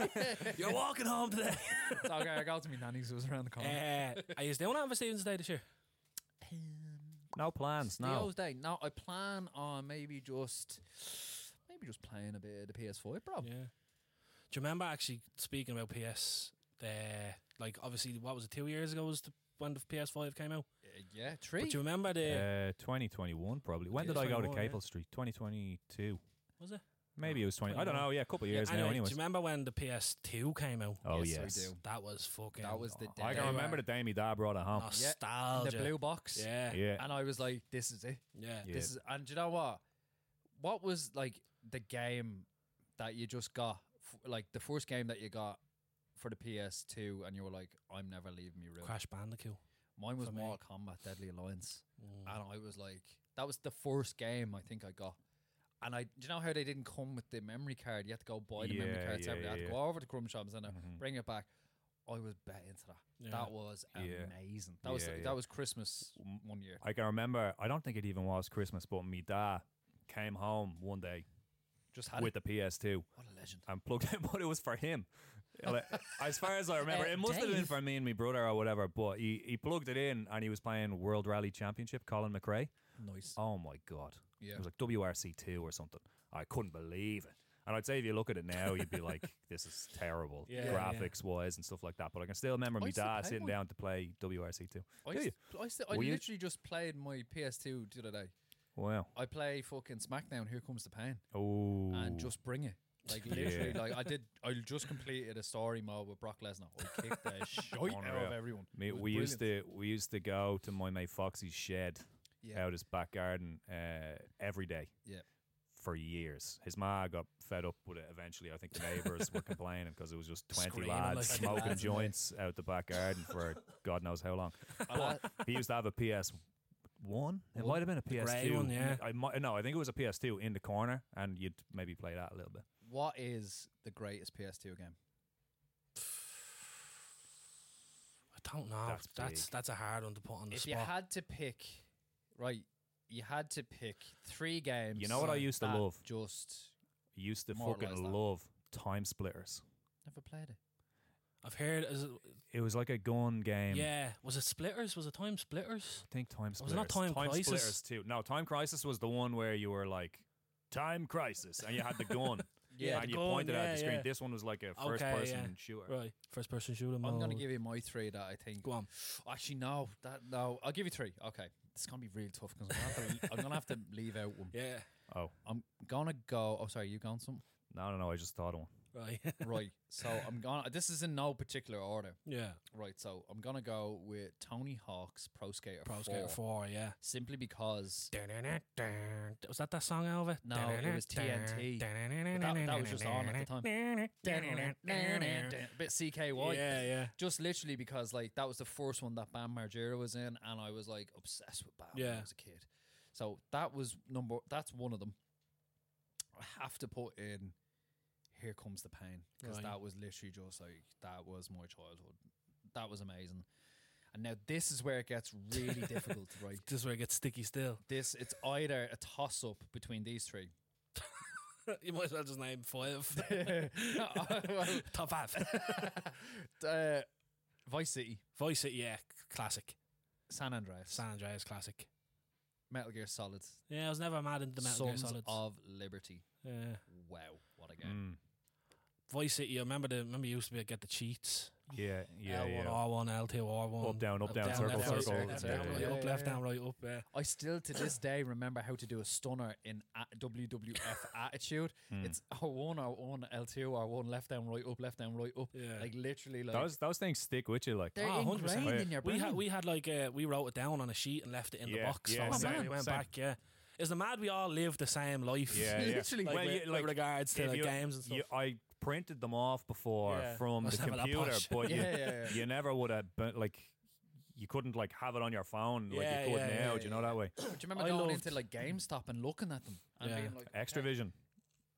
S1: You're walking home today.
S3: It's okay. I got to my nanny's. It was around the corner.
S1: uh, are you still not for Stephen's Day this year?
S2: No plans,
S3: The
S2: no.
S3: old day. No, I plan on maybe just, maybe just playing a bit of the PS4, bro.
S1: Yeah. Do you remember actually speaking about PS? Uh, like, obviously, what was it, two years ago was the, when the PS5 came out?
S3: Yeah, yeah tree.
S1: But do you remember the.
S2: Uh, 2021 probably. When did I go to
S1: 2021, yeah.
S2: Capel Street? 2022.
S1: was it?
S2: Maybe it was 20. I don't
S1: 21.
S2: know. Yeah, a couple of years
S1: anyway,
S2: now.
S1: do you
S2: Anyways.
S1: remember when the PS2 came out?
S2: oh
S3: Yes, I
S2: yes.
S3: do.
S1: That was fucking.
S3: that was the day.
S2: I can remember the day my dad brought it home.
S3: Yeah.
S1: nostalgia.
S3: the blue box.
S1: Yeah. Yeah.
S2: Yeah.
S3: And I was like, this is it.
S1: Yeah.
S2: Yeah.
S3: Ah, This is, and do you know what? What was like the game that you just got, f- like the first game that you got for the PS2, and you were like, "I'm never leaving me room."
S1: Crash Bandicoot.
S3: Mine was
S1: for me.
S3: Mortal Kombat: Deadly Alliance,
S1: Mm.
S3: and I was like, that was the first game I think I got. And I, do you know how they didn't come with the memory card? You had to go buy the memory
S2: Yeah,
S3: card.
S2: yeah,
S3: separately. I had
S2: yeah.
S3: to go over to Crumb Shop Center,
S2: Mm-hmm.
S3: bring it back. I was bet into that.
S1: Yeah.
S3: That was
S2: Yeah.
S3: amazing. That was
S2: Yeah, yeah.
S3: that was Christmas one year.
S2: I can remember. I don't think it even was Christmas, but my dad came home one day
S3: Just had
S2: with
S3: it.
S2: the PS2
S3: What a legend!
S2: and plugged it, but it was for him. Like, as far as I remember,
S3: Uh,
S2: it must have been
S3: Dave.
S2: for me and my brother or whatever. But he, he plugged it in and he was playing World Rally Championship, Colin McRae.
S3: Nice.
S2: Oh my god!
S3: Yeah.
S2: It was like WRC two or something. I couldn't believe it. And I'd say if you look at it now, you'd be like, "This is terrible,
S1: Yeah, yeah.
S2: graphics wise and stuff like that." But I can still remember
S3: I
S2: my
S3: used to
S2: dad
S3: play
S2: sitting
S3: one.
S2: down to play WRC two.
S3: I,
S2: Do
S3: s-
S2: you?
S3: I, s- I
S2: Were you-
S3: literally just played my PS2 the other day.
S2: Wow.
S3: I play fucking SmackDown. Here comes the pain,
S2: Oh.
S3: and just bring it. Like literally,
S2: Yeah.
S3: like I did. I just completed a story mode with Brock Lesnar. I kicked the shit out of
S2: Unreal.
S3: everyone.
S2: Me,
S3: It was
S2: we used
S3: brilliant.
S2: to we used to go to my mate Foxy's shed
S3: Yeah.
S2: out his back garden uh, every day
S3: Yeah.
S2: for years. His ma got fed up with it eventually. I think the neighbours were complaining because it was just twenty
S1: Screaming
S2: lads
S1: like-
S2: smoking
S3: Lads in there.
S2: joints out the back garden for God knows how long.
S3: And I-
S2: He used to have a PS one. It
S3: One?
S2: might have been a PS
S1: grey
S2: two.
S1: one, yeah.
S2: I might, no, I think it was a PS two in the corner, and you'd maybe play that a little bit.
S3: what is the greatest PS2 game?
S1: I don't know.
S2: That's
S1: That's that's,
S2: big.
S1: a hard one to put on the
S3: If you
S1: spot.
S3: had to pick, right, you had to pick three games.
S2: You know what I used to
S3: that
S2: love?
S3: Just
S2: Used to
S3: Immortalise
S2: fucking
S3: that.
S2: love time splitters.
S3: never played it.
S1: I've heard. Is it,
S2: It was like a gun game.
S1: yeah, was it Splitters? Was it Time Splitters?
S2: I think Time
S1: Was
S2: Splitters.
S1: it not Time Crisis?
S2: Splitters too. No, Time Crisis was the one where you were like Time Crisis, and you had the gun,
S1: Yeah,
S2: and
S1: the
S2: you
S1: gun,
S2: pointed at
S1: yeah,
S2: the screen.
S1: yeah.
S2: This one was like a
S1: Okay,
S2: first person
S1: yeah.
S2: shooter.
S1: Right, first person shooter.
S3: I'm
S1: mode.
S3: gonna give you my three that I think.
S1: Go on.
S3: Actually, no, that no. I'll give you three. Okay, it's gonna be real tough because I'm, gonna have to- I'm gonna have to leave out one.
S1: Yeah.
S2: Oh
S3: I'm gonna go. Oh, sorry, you gone some
S2: no, no, no! I just thought of one.
S1: Right.
S3: right. So I'm gonna. This is in no particular order.
S1: yeah.
S3: Right. So I'm gonna go with Tony Hawk's Pro Skater.
S1: Pro Skater 4, yeah.
S3: Simply because
S1: Was that that song, Alva?
S3: No, it was TNT. But that- that was just on at the
S1: time.
S3: bit CKY.
S1: Yeah, yeah.
S3: Just literally because like that was the first one that Bam Margera was in, and I was like obsessed with Bam when I
S1: Yeah.
S3: was a kid. So that was number. That's one of them. I have to put in. Here comes the pain because
S1: Right.
S3: that was literally just like that was my childhood. That was amazing. And now this is where it gets really difficult, right?
S1: This is where it gets sticky still.
S3: This it's either a toss up between these three.
S1: you might as well just name five.
S3: Well,
S1: Top five.
S3: uh, Vice City,
S1: Vice City, yeah. Classic.
S3: San Andreas,
S1: San Andreas, classic.
S3: Metal Gear Solid,
S1: Yeah, I was never mad into the Metal Gear
S3: Sons
S1: Solids.
S3: of Liberty.
S1: yeah.
S3: Wow, what a game!
S2: Mm.
S1: Vice City, I remember the remember you used to be able to get the cheats.
S2: Yeah, yeah,
S1: L1,
S2: yeah.
S1: R1, L2, R1.
S2: Up, down, up, down,
S3: down,
S2: circle,
S1: left,
S3: down,
S1: right,
S2: circle.
S1: left,
S3: yeah,
S1: down,
S3: yeah,
S1: right,
S3: yeah,
S1: up, left,
S3: yeah.
S1: down, right, up. Yeah.
S3: I still to this day remember how to do a stunner in a- WWF Attitude.
S2: Mm.
S3: It's R1, R1, L2, R1, left down, right up, left down, right up.
S1: Yeah.
S3: Like literally, like
S2: Those those things stick with you like
S3: they're
S1: Oh, 100%.
S3: ingrained in your brain.
S1: We had we had like uh, we wrote it down on a sheet and left it in the
S2: Yeah,
S1: box.
S2: yeah,
S1: so
S2: same,
S1: we went
S2: same.
S1: back. Yeah, is the mad we all live the same life?
S2: Yeah, yeah.
S3: Literally.
S1: like,
S2: Well,
S1: with,
S2: you- like,
S1: with regards to
S2: if
S1: like,
S2: you-
S1: games and stuff.
S2: You, I printed them off before
S1: Yeah.
S2: from
S1: Must
S2: the
S1: have a
S2: computer,
S1: laptop.
S2: but
S3: yeah,
S2: you,
S3: yeah, yeah.
S2: you never would have been like you couldn't like have it on your phone like
S1: Yeah,
S2: you could
S1: yeah,
S2: now.
S1: yeah,
S2: do you know that way?
S3: Do you remember
S1: I
S3: going
S1: loved-
S3: into like GameStop and looking at them and
S1: Yeah.
S3: being like,
S2: Extra
S3: okay.
S2: vision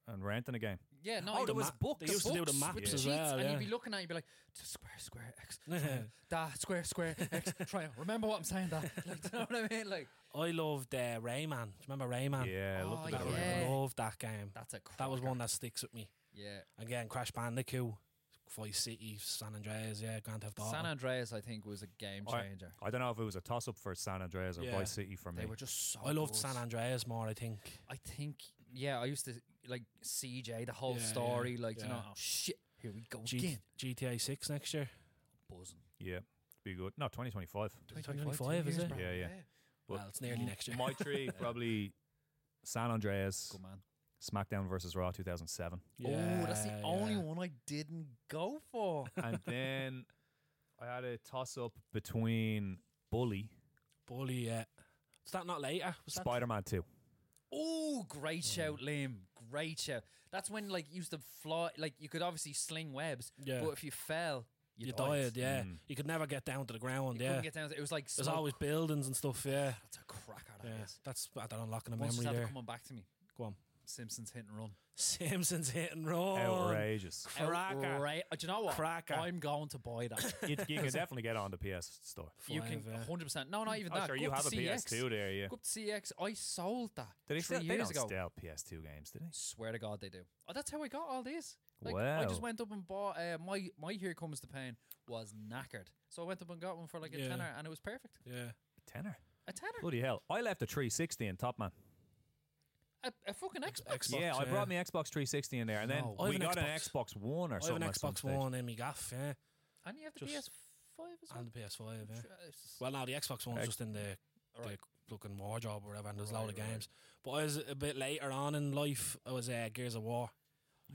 S2: and renting a game.
S3: Yeah, no,
S1: Oh,
S3: it
S1: the
S3: was
S1: ma-
S3: books.
S1: they used to do the
S3: books
S1: maps
S3: with
S1: as
S3: sheets,
S1: well,
S3: and
S1: yeah.
S3: you'd be looking at it, you'd be like, square, square, X, triangle, da, square, square, X, triangle. Remember what I'm saying? That, like, do you know what I mean? Like,
S1: I loved uh, Rayman. Do you remember Rayman?
S2: Yeah, I
S3: Oh,
S2: loved a bit of
S3: yeah.
S2: renting.
S1: I loved that game.
S3: that's a
S1: That was
S3: cracker.
S1: one that sticks with me.
S3: Yeah,
S1: Again, Crash Bandicoot, Vice City, San Andreas, yeah, Grand Theft Auto.
S3: San Andreas, I think, was a game
S2: I-
S3: changer.
S2: I don't know if it was a toss up for San Andreas or
S1: Yeah.
S2: Vice City for me.
S3: They were just so.
S1: I loved
S3: good.
S1: San Andreas more. I think.
S3: I think, yeah, I used to like CJ the whole
S1: Yeah, yeah,
S3: story. like, you know,
S1: yeah.
S3: oh shit, here we go
S1: G-
S3: again.
S1: GTA Six next year.
S3: Buzzing.
S2: yeah, be good. No, twenty twenty five.
S1: 2025,
S3: two
S1: is
S3: years,
S1: it?
S3: bro.
S2: Yeah, yeah. But
S1: well, it's nearly next year.
S2: My three probably San Andreas,
S3: Good man.
S2: SmackDown versus Raw two thousand seven.
S3: oh, that's the
S1: Yeah,
S3: only
S1: yeah.
S3: one I didn't go for.
S2: and then I had a toss up between Bully,
S1: Bully, yeah. Is that not later? Was that-
S2: Spider Man 2.
S3: Oh,
S1: Mm.
S3: great shout, Liam. Great shout. That's when like you used to fly like you could obviously sling webs,
S1: Yeah.
S3: but if you fell, you,
S1: You
S3: died.
S1: died, yeah.
S2: Mm.
S1: You could never get down to the ground,
S3: You
S1: yeah.
S3: couldn't get down. to- It was like
S1: There's
S3: smoke.
S1: always buildings and stuff, yeah.
S3: That's a cracker that
S1: yeah.
S3: is.
S1: That's that unlocking a
S3: Once
S1: memory
S3: you started
S1: there.
S3: coming back to me.
S1: Go on.
S3: Simpsons hit and run.
S1: Simpsons hit and roll.
S2: Outrageous.
S1: Oh, Cracker.
S3: Outra- Do you know what?
S1: Cracker.
S3: I'm going to buy that.
S2: it, you can definitely get on the PS store.
S3: you can
S1: Five, yeah.
S3: 100. percent No, not even
S2: Oh,
S3: that.
S2: sure,
S3: Go
S2: you
S3: up
S2: have
S3: to
S2: a
S3: CX.
S2: PS2 there, yeah.
S3: Go up to CX. I sold that
S2: Did they,
S3: three
S2: still, they
S3: years
S2: don't
S3: ago.
S2: sell PS2 games, do they?
S3: Swear to God, they do. Oh, that's how I got all these. Like, I just
S2: Wow.
S3: went up and bought uh, my my Here Comes the Pain was knackered, so I went up and got one for like a
S1: Yeah.
S3: tenner, and it was perfect.
S1: Yeah.
S2: Tenner.
S3: A tenner,
S2: Bloody hell. I left a 360 in Top Man.
S3: a, a fucking Xbox.
S1: Xbox,
S2: yeah,
S1: yeah.
S2: I brought my Xbox 360 in there, and
S3: No.
S1: I
S2: then
S1: have
S2: we
S1: an
S2: got an
S1: Xbox.
S2: Xbox One or
S1: I have an
S2: something. at some
S1: Xbox
S2: stage.
S1: One in me gaff, yeah.
S3: and you have the
S1: Just-
S3: PS5 as well.
S1: And the PS5, yeah.
S3: Jesus.
S1: Well, no, the Xbox One's
S2: Ex-
S1: just in the,
S3: Alright.
S1: the looking wardrobe or whatever, and there's a
S3: Right,
S1: load of
S3: right.
S1: games. But I was a bit later on in life, I was uh, Gears of War.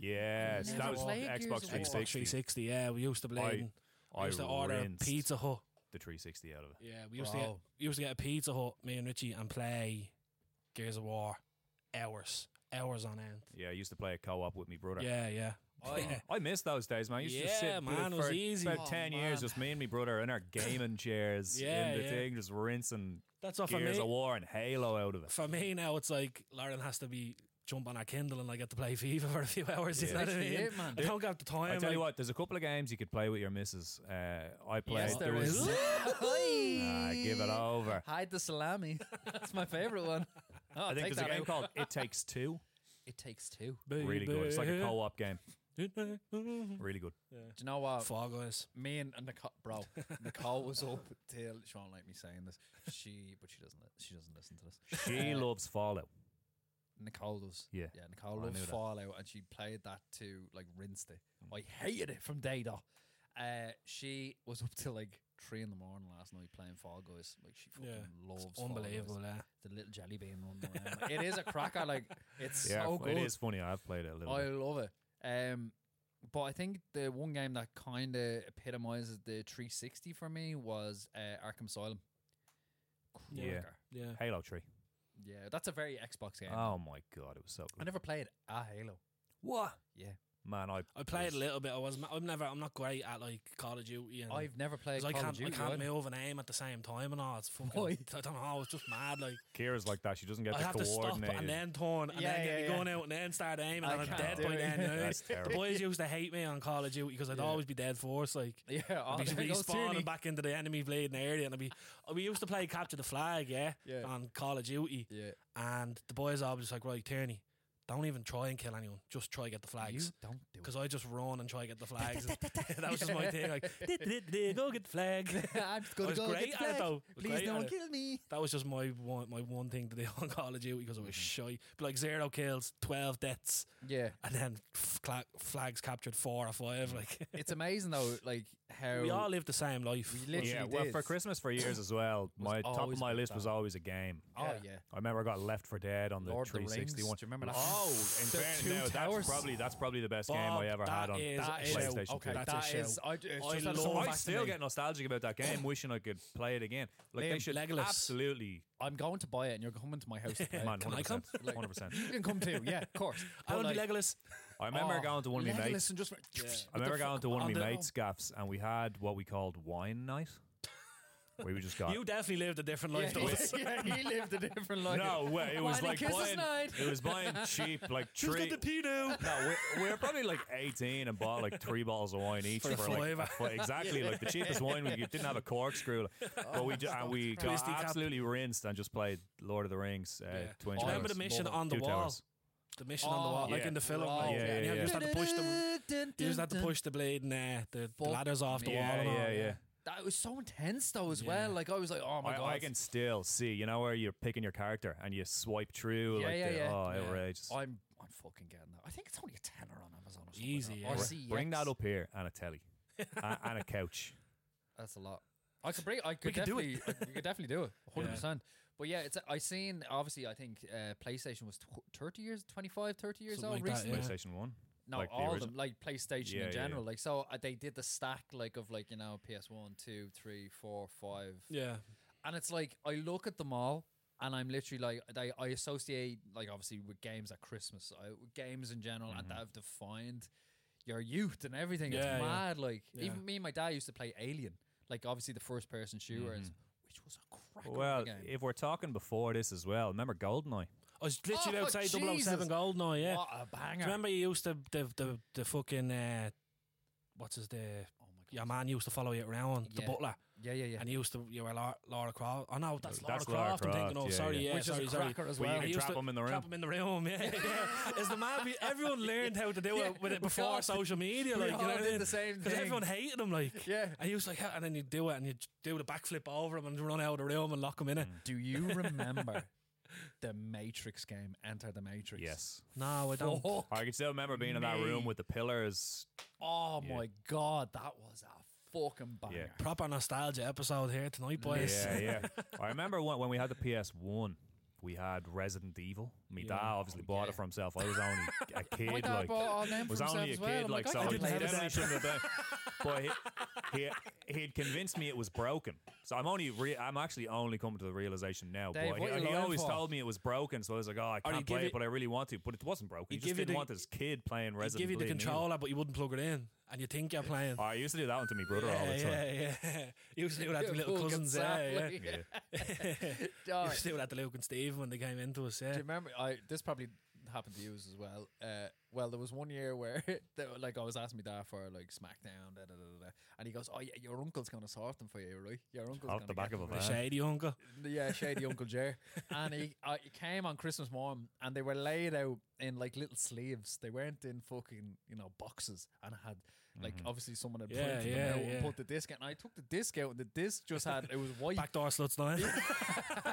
S2: Yes,
S1: Never
S2: that was
S3: played Gears
S2: Xbox
S3: of War. Xbox
S1: Xbox
S2: 360.
S1: 360, yeah. We used to play.
S2: I-
S1: and- we
S2: I
S1: used to order
S2: rinsed
S1: Pizza Hut.
S2: the 360 out of it.
S1: Yeah, we used to get
S3: Bro.
S1: we used to get a Pizza Hut, me and Richie, and play Gears of War hours, hours on end.
S2: Yeah, I used to play a co-op with my brother.
S1: Yeah, yeah.
S3: I-
S2: I miss those days, man. I used to just
S1: Yeah,
S2: sit
S1: man, it
S2: for
S1: was easy.
S2: about
S3: Oh,
S2: 10
S3: man.
S2: years, just me and my brother in our gaming chairs
S1: Yeah,
S2: in the
S1: yeah.
S2: thing, just rinsing
S1: That's what for
S2: Gears
S1: me.
S2: of War and Halo out of it.
S1: For me now, it's like Lauren has to be jump on her Kindle and I get to play FIFA for a few hours. You
S2: Yeah.
S1: know what I
S3: Literally
S1: mean?
S3: it, man.
S1: I don't have the time.
S2: I tell you
S1: like-
S2: what, there's a couple of games you could play with your missus. Uh, I played.
S3: yes, there
S2: was-
S3: is.
S2: Ah, give it over.
S3: Hide the salami. That's my favorite one. Oh,
S2: I think
S3: take
S2: there's a
S3: that
S2: game
S3: out.
S2: called It Takes Two.
S3: It Takes Two.
S2: Really good. It's like a
S1: Baby.
S2: co-op game.
S1: yeah.
S2: Really good.
S3: Do you know what?
S1: Fog Eyes.
S3: me and, and Nicole, bro, Nicole was up till she won't like me saying this. She, but she doesn't. li- She doesn't listen to this.
S2: She
S3: Uh,
S2: loves Fallout.
S3: Nicole does.
S2: Yeah. Oh,
S3: yeah. Nicole
S2: I
S3: loves
S2: knew that.
S3: Fallout, and she played that to like rinsed it. I hated it from day dot. Uh, she was up till like three in the morning last night playing Fall Guys. Like she fucking
S1: Yeah.
S3: loves
S1: It's
S3: Fall Guys.
S1: unbelievable, eh?
S3: The little jelly bean running around. Like, it is a cracker. Like it's
S2: Yeah,
S3: so
S2: f-
S3: good.
S2: it is funny. I've played it a little
S3: I
S2: bit.
S3: love it. Um, but I think the one game that kind of epitomizes the 360 for me was uh, Arkham Asylum.
S2: Yeah.
S3: Cracker.
S1: Yeah.
S2: Halo 3.
S3: Yeah, that's a very Xbox game.
S1: Ah.
S2: Oh my god, it was so
S3: I
S2: good.
S3: never played a Halo.
S2: What?
S3: Yeah.
S2: Man, I
S1: I played
S2: was-
S1: a little bit. I was. I'm never. I'm not great at like Call of Duty. And,
S3: I've never played
S1: 'cause
S3: Call
S1: I can't.
S3: of Duty.
S1: I can't
S3: either.
S1: move and aim at the same time and all. It's fucking.
S3: Why?
S1: I don't know. It's just mad. Like
S2: Kira's like that. She doesn't get
S1: I
S2: the
S1: have to stop
S2: coordinate.
S1: and then turn and
S3: Yeah,
S1: then get
S3: yeah,
S1: me
S3: yeah.
S1: going out and then start aiming
S3: I
S1: and I'm
S3: can't
S1: dead
S3: do
S1: by
S3: it.
S1: then. you know?
S2: That's
S1: the
S2: terrible.
S1: boys used to hate me on Call of Duty because I'd
S3: Yeah.
S1: always be dead first. Like
S3: Yeah, oh,
S1: I'd
S3: there
S1: be
S3: goes Tierney.
S1: respawning back into the enemy bleeding area, and I'd be. We used to play capture the flag, yeah,
S3: Yeah.
S1: on Call of Duty,
S3: Yeah.
S1: and the boys are just like, right, Tierney, don't even try and kill anyone. Just try and get the flags.
S3: You don't do
S1: Because I just run and try to get the flags. that was just my thing. Like, go get the flag.
S3: it. I'm just
S1: I
S3: gonna
S1: was
S3: go
S1: great
S3: get the
S1: at it
S3: flag.
S1: though. I was
S3: Please
S1: great
S3: no
S1: at
S3: one
S1: it.
S3: kill me.
S1: That was just my one, my one thing to do on Call of Duty because I was
S3: Mm-hmm.
S1: shy. But like zero kills, twelve deaths,
S3: Yeah.
S1: and then f- cla- flags captured four or
S3: Mm.
S1: five. Like
S3: It's amazing though, like how
S1: we all live the same life.
S3: We literally
S2: yeah, well,
S3: did.
S2: for Christmas for years as well, my top
S3: always
S2: of my
S3: about
S2: list
S3: that.
S2: was always a game.
S3: Oh yeah.
S2: I remember I got Left for Dead on the
S3: Lord of the
S2: 360
S3: Rings.
S2: one.
S3: Do you remember that?
S2: Oh, in
S3: The
S2: fairness,
S3: Two
S2: no,
S3: Towers.
S2: that's probably that's probably the best
S1: Bob,
S2: game I ever had
S1: that
S2: on.
S1: is
S3: That
S1: a
S3: is
S1: shout.
S2: PlayStation
S3: okay.
S1: That's
S3: that
S1: a
S3: is.
S1: shout.
S3: I, it's
S1: I
S3: just that
S1: love-
S3: so
S2: I
S3: back to
S2: still
S3: me.
S2: get nostalgic about that game, wishing I could play it again. Like they
S1: Liam,
S2: should
S1: Legolas.
S2: absolutely,
S3: I'm going to buy it, and you're coming to my house. To play it.
S2: man,
S1: Can I come?
S2: 100%, 100%.
S3: You can come too. Yeah, of course.
S1: I want to
S3: But,
S1: be
S3: like,
S1: Legolas.
S2: I remember
S3: oh,
S2: going to one of my
S3: Legolas
S2: mates.
S3: and just went,
S1: Yeah.
S2: I remember going to one
S1: on
S2: of my
S1: the-
S2: mates' gaffs, and we had what we called wine night, where we just got
S1: You definitely lived a different life. to us.
S3: yeah, he lived a different life.
S2: no way. It was
S3: Wine and
S2: like
S3: kisses
S2: buying,
S3: night.
S2: it was buying cheap like
S1: Who's
S2: three.
S1: got the pedo?
S2: No, we, we were probably like 18 and bought like three bottles of wine each
S1: For
S2: for,
S1: a
S2: like
S1: fiver.
S2: a fi- exactly like the cheapest wine we could, didn't have a corkscrew, like,
S1: Oh,
S2: but we ju- and we got
S1: Twisty cap.
S2: absolutely rinsed and just played Lord of the Rings. Uh,
S1: Yeah. Oh,
S2: Twin
S1: Do you remember
S2: Towers.
S1: the mission
S3: Lord.
S1: on the
S2: Two
S1: wall?
S2: Towers.
S1: The mission on the wall,
S2: Oh,
S1: like in the film.
S3: yeah.
S1: like,
S2: Yeah,
S1: and
S2: yeah,
S1: You just
S2: yeah.
S1: had to push them.
S3: Dun,
S1: You just had to
S3: dun,
S1: push the blade and uh, the
S3: Fuck
S1: ladders off the
S3: me.
S1: wall.
S2: Yeah,
S1: and all.
S2: yeah, yeah.
S3: dun. That was so intense though, as
S1: Yeah.
S3: well. Like I was like, oh my god,
S2: I, I can still see, you know, where you're picking your character and you swipe through,
S3: Yeah,
S2: like
S3: yeah,
S2: the,
S3: yeah.
S2: oh,
S1: Yeah.
S2: outrageous.
S3: I'm, I'm fucking getting that. I think it's only a tenner on Amazon or something.
S1: Easy,
S3: like
S1: yeah.
S3: that. Or
S1: Br-
S3: CEX.
S2: Bring that up here and a telly and, and a couch.
S3: That's a lot. I could bring. I could
S1: could do
S3: definitely.
S1: it.
S3: I- we could definitely do it. Hundred
S1: Yeah.
S3: percent. But yeah, it's. I seen. Obviously, I think uh, PlayStation was tw- thirty years, 25, 30 years
S1: Something
S3: old
S1: like that,
S3: recently.
S1: Yeah.
S2: PlayStation One.
S3: No,
S2: Like the
S3: all of
S2: origi-
S3: them, like PlayStation
S2: Yeah, yeah,
S3: in
S2: yeah.
S3: general. Like so, uh, they did the stack like of like you know PS one, two, three, four, five,
S1: Yeah,
S3: and it's like I look at them all, and I'm literally like they, I associate like obviously with games at Christmas, I, with games in general, and that have defined your youth and everything.
S1: Mm-hmm. Yeah, yeah.
S3: it's mad. Like
S1: Yeah.
S3: even me and my dad used to play Alien, like obviously the first person shooter,
S1: Mm-hmm.
S3: is which was a cracker of a
S2: Well,
S3: game.
S2: if we're talking before this as well, remember Goldeneye?
S1: I was literally
S3: Oh,
S1: outside
S3: Jesus.
S1: 007 Gold now. Yeah,
S3: What a
S1: Do
S3: banger!
S1: you remember you used to the the the fucking uh, what's his the
S3: Oh my god!
S1: your man used to follow you around the
S3: Yeah.
S1: butler
S3: Yeah, yeah, yeah.
S1: and he used to you were Laura, Laura Croft. Oh no, that's,
S2: That's
S1: Laura
S2: Lara
S1: Croft. I'm thinking. Oh,
S2: Croft, yeah,
S1: sorry,
S2: yeah.
S1: yeah,
S3: Which is
S1: sorry,
S3: a
S1: sorry.
S3: cracker as
S2: Well,
S3: well.
S2: you
S1: I
S2: can
S1: used
S2: trap
S1: to
S2: 'em in the room.
S1: Trap him in the room. Yeah, yeah. Is the man? we- Everyone learned how to do
S3: Yeah,
S1: it with it
S3: we
S1: before
S3: all-
S1: social media.
S3: we
S1: Like you know
S3: all
S1: what I
S3: did
S1: mean?
S3: the same
S1: Because
S3: thing.
S1: everyone hated him. Like
S3: Yeah.
S1: and he was like, "Ah," and then you do it and you do the backflip over him and run out of the room and lock him in it.
S3: Do you remember the Matrix game? Enter the Matrix.
S2: Yes.
S1: No, I don't.
S3: Fuck.
S2: I can still remember being in that room
S3: Me.
S2: with the pillars.
S3: Oh
S2: Yeah.
S3: my god, that was a fucking banger.
S2: Yeah.
S1: Proper nostalgia episode here tonight, boys.
S2: Yeah, yeah. I remember when, when we had the PS One, we had Resident Evil. My
S1: Yeah.
S2: dad obviously bought it for himself. I was only a kid,
S3: My dad
S2: like
S3: bought all them for
S2: was
S3: himself
S2: only a
S3: as
S2: kid,
S3: well. I'm
S2: like
S3: like,
S2: so.
S3: I
S2: I
S1: didn't have a
S2: definitely
S1: dad.
S2: shouldn't have done. But he, he he had convinced me it was broken. So I'm only re- I'm actually only coming to the realization now.
S3: Dave,
S2: but
S3: what you
S2: he, he
S3: lying
S2: always
S3: for?
S2: told me it was broken, so I was like, oh, I
S1: he'd
S2: can't
S1: give
S2: play
S1: you-
S2: it, but I really want to. But it wasn't broken. He
S1: he'd
S2: just
S1: give you
S2: didn't
S1: the-
S2: want his kid playing
S1: He'd
S2: Resident
S1: give you the
S2: Evil.
S1: controller, but you wouldn't plug it in, and you think you're playing.
S2: Oh, I used to do that one to me brother all the time.
S1: yeah, yeah. You used to do that to little cousins, yeah, yeah. You
S3: Dog.
S1: used to do that to Luke and Steve when they came into us,
S3: Do
S1: yeah.
S3: you remember? I this probably happened to you as well. Uh, Well, there was one year where, they were, like, I was asking my dad for like SmackDown, da, da, da, da, da, and he goes, "Oh yeah, your uncle's gonna sort them for you, right? Your uncle's
S2: Off
S3: gonna
S2: the back
S3: get
S2: of a
S3: them."
S1: The
S2: Right.
S1: shady uncle.
S3: Yeah, shady Uncle Jer. And he, uh, he came on Christmas morning and they were laid out in like little sleeves. They weren't in fucking, you know, boxes and had like
S2: Mm-hmm.
S3: obviously someone had
S1: Yeah,
S3: printed
S1: yeah,
S3: them out
S1: yeah.
S3: and put the disc out. And I took the disc out and the disc just had, it was white.
S1: Backdoor sluts line.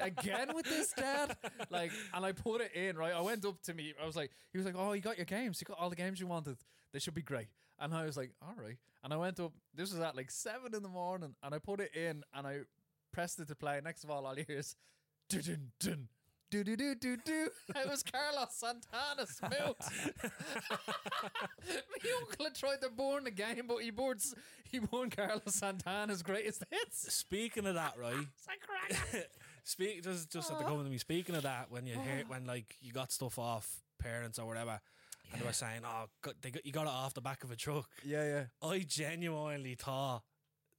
S3: Again with this dad? Like, and I put it in, right? I went up to me, I was like, he was like, oh, you got your games. You got all the games you wanted. They should be great. And I was like, all right. And I went up, this was at like seven in the morning and I put it in and I pressed it to play. Next of all, all I hear is, dun dun dun. Do do do do do. It was Carlos Santana's mouth. My uncle had tried to burn the game, but he burned s- he burned Carlos Santana's greatest hits.
S1: Speaking of that, right?
S3: It's like crack.
S1: Speak just just at the coming to me. Speaking of that, when you hear when like you got stuff off parents or whatever, and they were saying, "Oh, got, they got, you got it off the back of a truck."
S3: Yeah, yeah.
S1: I genuinely thought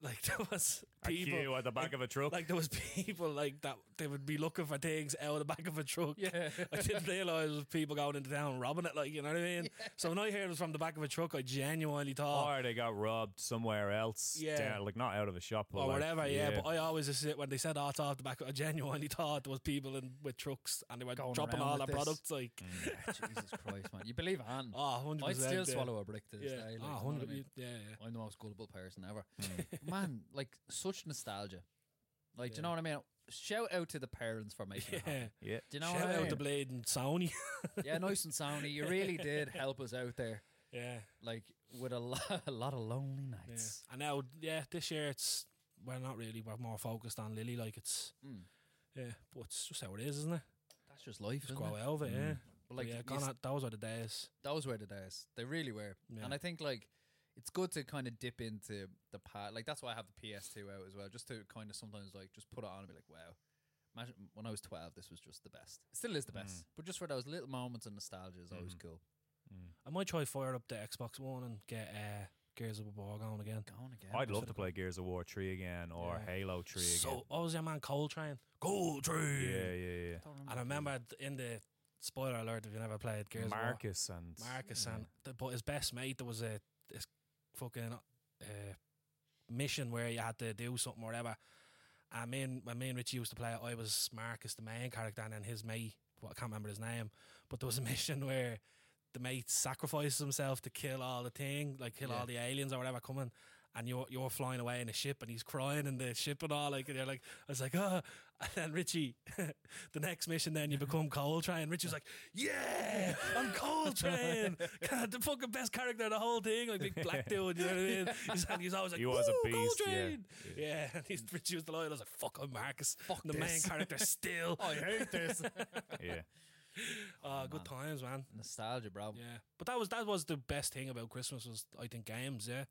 S1: like there was
S2: A
S1: people
S2: queue at the back of a truck.
S1: like there was people like that they would be looking for things out of the back of a truck.
S3: Yeah.
S1: I didn't realise there was people going into town robbing it, like you know what I mean? So when I heard it was from the back of a truck, I genuinely thought
S2: or they got robbed somewhere else.
S1: oh. Yeah.
S2: down- like not out of a shop, but
S1: or
S2: like,
S1: whatever, yeah. But I always just when they said "Oh, it's off the back, I genuinely thought there was people in with trucks and they were
S3: Going
S1: dropping
S3: around
S1: all their
S3: with this.
S1: products like
S3: Jesus Christ, man. You believe Anne.
S1: oh, 100
S3: I'd
S1: percent.
S3: still swallow a brick to this
S1: Yeah,
S3: day. Like,
S1: Ah,
S3: you know what
S1: 100
S3: I mean?
S1: yeah, yeah.
S3: I'm the most gullible person ever. man, like, such nostalgia. Like,
S1: Yeah.
S3: do you know what I mean? Shout out to the parents for making it
S1: yeah.
S3: happen.
S2: yeah.
S3: Do you know
S1: Shout
S3: what I
S1: out
S3: mean?
S1: to Blade and Sony.
S3: yeah, nice and soundy. You really did help us out there,
S1: yeah,
S3: like, with a, lo- a lot of lonely
S1: yeah.
S3: nights.
S1: And now, yeah, this year it's we're not really we're more focused on Lily. Like it's
S3: Mm.
S1: yeah, but it's just how it is, isn't it?
S3: That's just life,
S1: Just
S3: isn't
S1: grow
S3: it?
S1: out of it. Yeah,
S2: Mm.
S3: But,
S1: like
S3: Like,
S1: yeah,
S3: you
S1: gone
S3: s-
S1: out, those were the days.
S3: those were the days. They really were.
S1: Yeah.
S3: And I think, like, it's good to kind of dip into the past. Like, that's why I have the PS2 out as well, just to kind of sometimes, like, just put it on and be like, wow. Imagine when I was 12, this was just the best. It still is the best.
S1: Mm.
S3: But just for those little moments of nostalgia is always cool.
S1: I might try fire up the Xbox One and get uh, Gears of War going again.
S3: Going again.
S2: I'd love to play Gears of War 3 again or
S1: Yeah.
S2: Halo 3 again.
S1: So, what was your man Coltrane? Coltrane.
S2: yeah, yeah, yeah.
S1: And I remember th- in the spoiler alert if you never played Gears
S2: Marcus and
S1: of War, Marcus and the, but his best mate there was a this fucking uh, mission where you had to do something or whatever. And me and when me and Richie used to play it, I was Marcus, the main character, and then his mate. Well, I can't remember his name, but there was a mission where the mate sacrifices himself to kill all the thing, like kill
S3: Yeah.
S1: all the aliens or whatever coming. And you're you're flying away in a ship, and he's crying in the ship and all. Like and they're like, I was like, oh. And then Richie, the next mission, then you become Coltrane. Richie's like, yeah, I'm Coltrane. God, the fucking best character in the whole thing, like big black dude. You know what I mean? He's, and he's always like,
S2: He was a
S1: "Woo,
S2: beast, yeah.
S1: Coltrane. Yeah, and he's, Richie was the lawyer. I was like, fuck, I'm Marcus. Fuck the main
S3: this.
S1: character still.
S2: Oh,
S3: I hate this.
S2: yeah.
S1: oh, good times, man.
S3: nostalgia, bro.
S1: Yeah, but that was that was the best thing about Christmas was I think games. Yeah,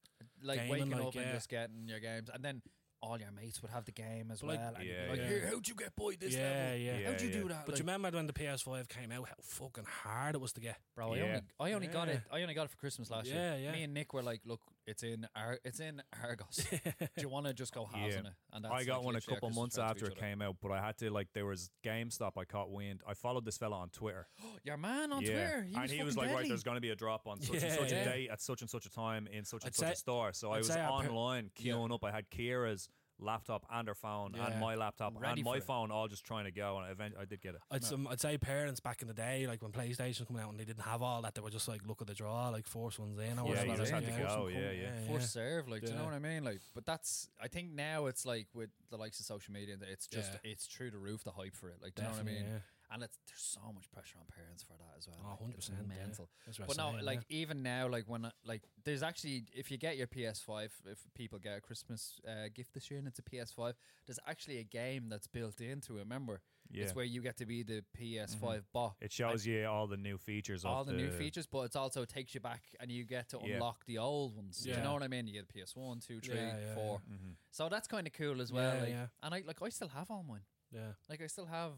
S3: Like,
S1: Gaming,
S3: waking
S1: like,
S3: up
S1: yeah.
S3: and just getting your games. And then all your mates would have the game as
S1: But, like,
S3: well. and you'd be
S2: Yeah,
S3: like,
S1: yeah.
S3: "Here, how'd you get boy this
S1: yeah,
S3: level?
S1: yeah,
S2: Yeah.
S3: How'd you do that?
S1: But
S3: Like,
S1: you remember when the PS5 came out, how fucking hard it was to get.
S3: Bro,
S2: Yeah.
S3: I only, I only got
S1: Yeah.
S3: it. I only got it for Christmas last
S1: Yeah,
S3: year.
S1: yeah.
S3: Me and Nick were like, "Look, it's in, Ar- it's in Argos. Do you want to just go halves
S2: Yeah.
S3: on it?" And
S2: I got
S3: like
S2: one a
S3: literally our
S2: couple
S3: Christmas
S2: months
S3: present
S2: after
S3: to
S2: it
S3: each other.
S2: came out, but I had to like there was GameStop. I caught wind. I followed this fella on Twitter.
S3: Your man on
S2: yeah,
S3: Twitter, he
S2: and
S3: was
S2: he was like,
S3: fucking
S2: right,
S3: deadly.
S2: there's going to be a drop on such and
S1: Yeah,
S2: such
S1: yeah.
S2: a day at such and such a time in such and
S1: I'd
S2: such
S1: say-
S2: a store. So I
S1: I'd
S2: was
S1: say I per-
S2: online queuing up. I had Kira's laptop and her phone
S1: Yeah.
S2: and my laptop
S3: Ready
S2: and my
S3: for it.
S2: phone all just trying to go. And eventually, I did get it.
S1: I'd, some, I'd say parents back in the day, like when PlayStation was coming out and they didn't have all that, they were just like, look at the draw, like force ones in. Or
S3: Yeah,
S1: whatever,
S3: you just
S1: like,
S3: had to
S1: force
S2: go,
S1: them
S2: yeah,
S1: coming,
S2: yeah.
S1: yeah.
S3: First serve, like, do you know
S1: Yeah.
S3: what I mean? Like, but that's, I think now it's like with the likes of social media, that it's just,
S1: Yeah.
S3: it's through the roof, the hype for it. Like, do you
S1: Definitely,
S3: know what I mean?
S1: yeah.
S3: And it's there's so much pressure on parents for that as well.
S1: Oh,
S3: like, it's
S1: 100%, yeah.
S3: mental.
S1: That's what
S3: But
S1: I'm
S3: no,
S1: saying,
S3: like even now, like when I, like there's actually if you get your PS5, if people get a Christmas uh, gift this year and it's a PS5, there's actually a game that's built into it. Remember,
S2: Yeah.
S3: it's where you get to be the PS5
S1: Mm-hmm.
S3: bot.
S2: It shows you all the new features.
S3: all
S2: of
S3: the,
S2: the,
S3: new features, but it's also takes you back and you get to
S2: Yeah.
S3: unlock the old ones. Do
S1: Yeah.
S3: you know what I mean? You get a PS1, 2, 3,
S1: Yeah, yeah,
S3: 4.
S2: Mm-hmm.
S3: So that's kind of cool as well.
S1: Yeah,
S3: like,
S1: yeah.
S3: And I like I still have all mine.
S1: yeah. yeah.
S3: Like I still have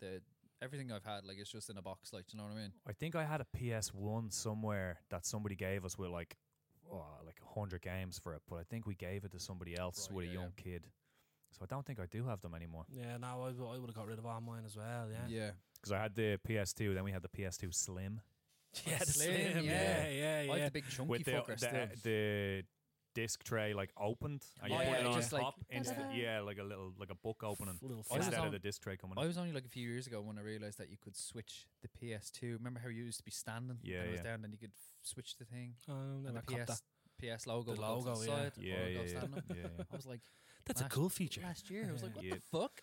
S3: the everything I've had. Like it's just in a box. Like do you know what I mean?
S2: I think I had a PS One somewhere that somebody gave us with like, oh, like hundred games for it. But I think we gave it to somebody else
S3: Right,
S2: with
S3: yeah,
S2: a
S3: yeah.
S2: young kid. So I don't think I do have them anymore.
S1: Yeah, no, I, w- I would have got rid of all mine as well. Yeah.
S3: Yeah.
S2: Because I had the PS2, then we had the PS2 Slim.
S1: Yeah, the
S3: Slim,
S1: slim.
S3: yeah.
S1: yeah, yeah, yeah.
S3: I have the big chunky
S2: with the,
S3: fucker still.
S2: the, the disc tray like opened and you
S1: Oh,
S2: put
S1: yeah,
S2: it on
S1: just
S3: like-
S2: top insta- yeah like a little like a book opening
S1: Little
S3: I was
S2: instead
S1: flap.
S3: on-
S2: of the disc tray
S1: Oh,
S2: coming
S3: I
S2: up
S3: was only like a few years ago when I realized that you could switch the PS2. Remember how you used to be standing?
S2: Yeah,
S3: and it was
S2: yeah.
S3: down, and you could f- switch the thing.
S1: Um,
S3: And
S1: never
S3: the
S1: caught that.
S3: PS PS logo,
S1: The
S3: would go to
S1: logo,
S3: the
S1: yeah.
S3: side,
S2: yeah
S3: or
S2: yeah
S3: it
S2: yeah,
S3: goes standing up.
S2: yeah, yeah.
S3: I was like,
S1: That's a
S3: Last-
S1: cool feature.
S3: last year, I was like,
S1: Yeah.
S3: what
S2: Yeah.
S3: the fuck?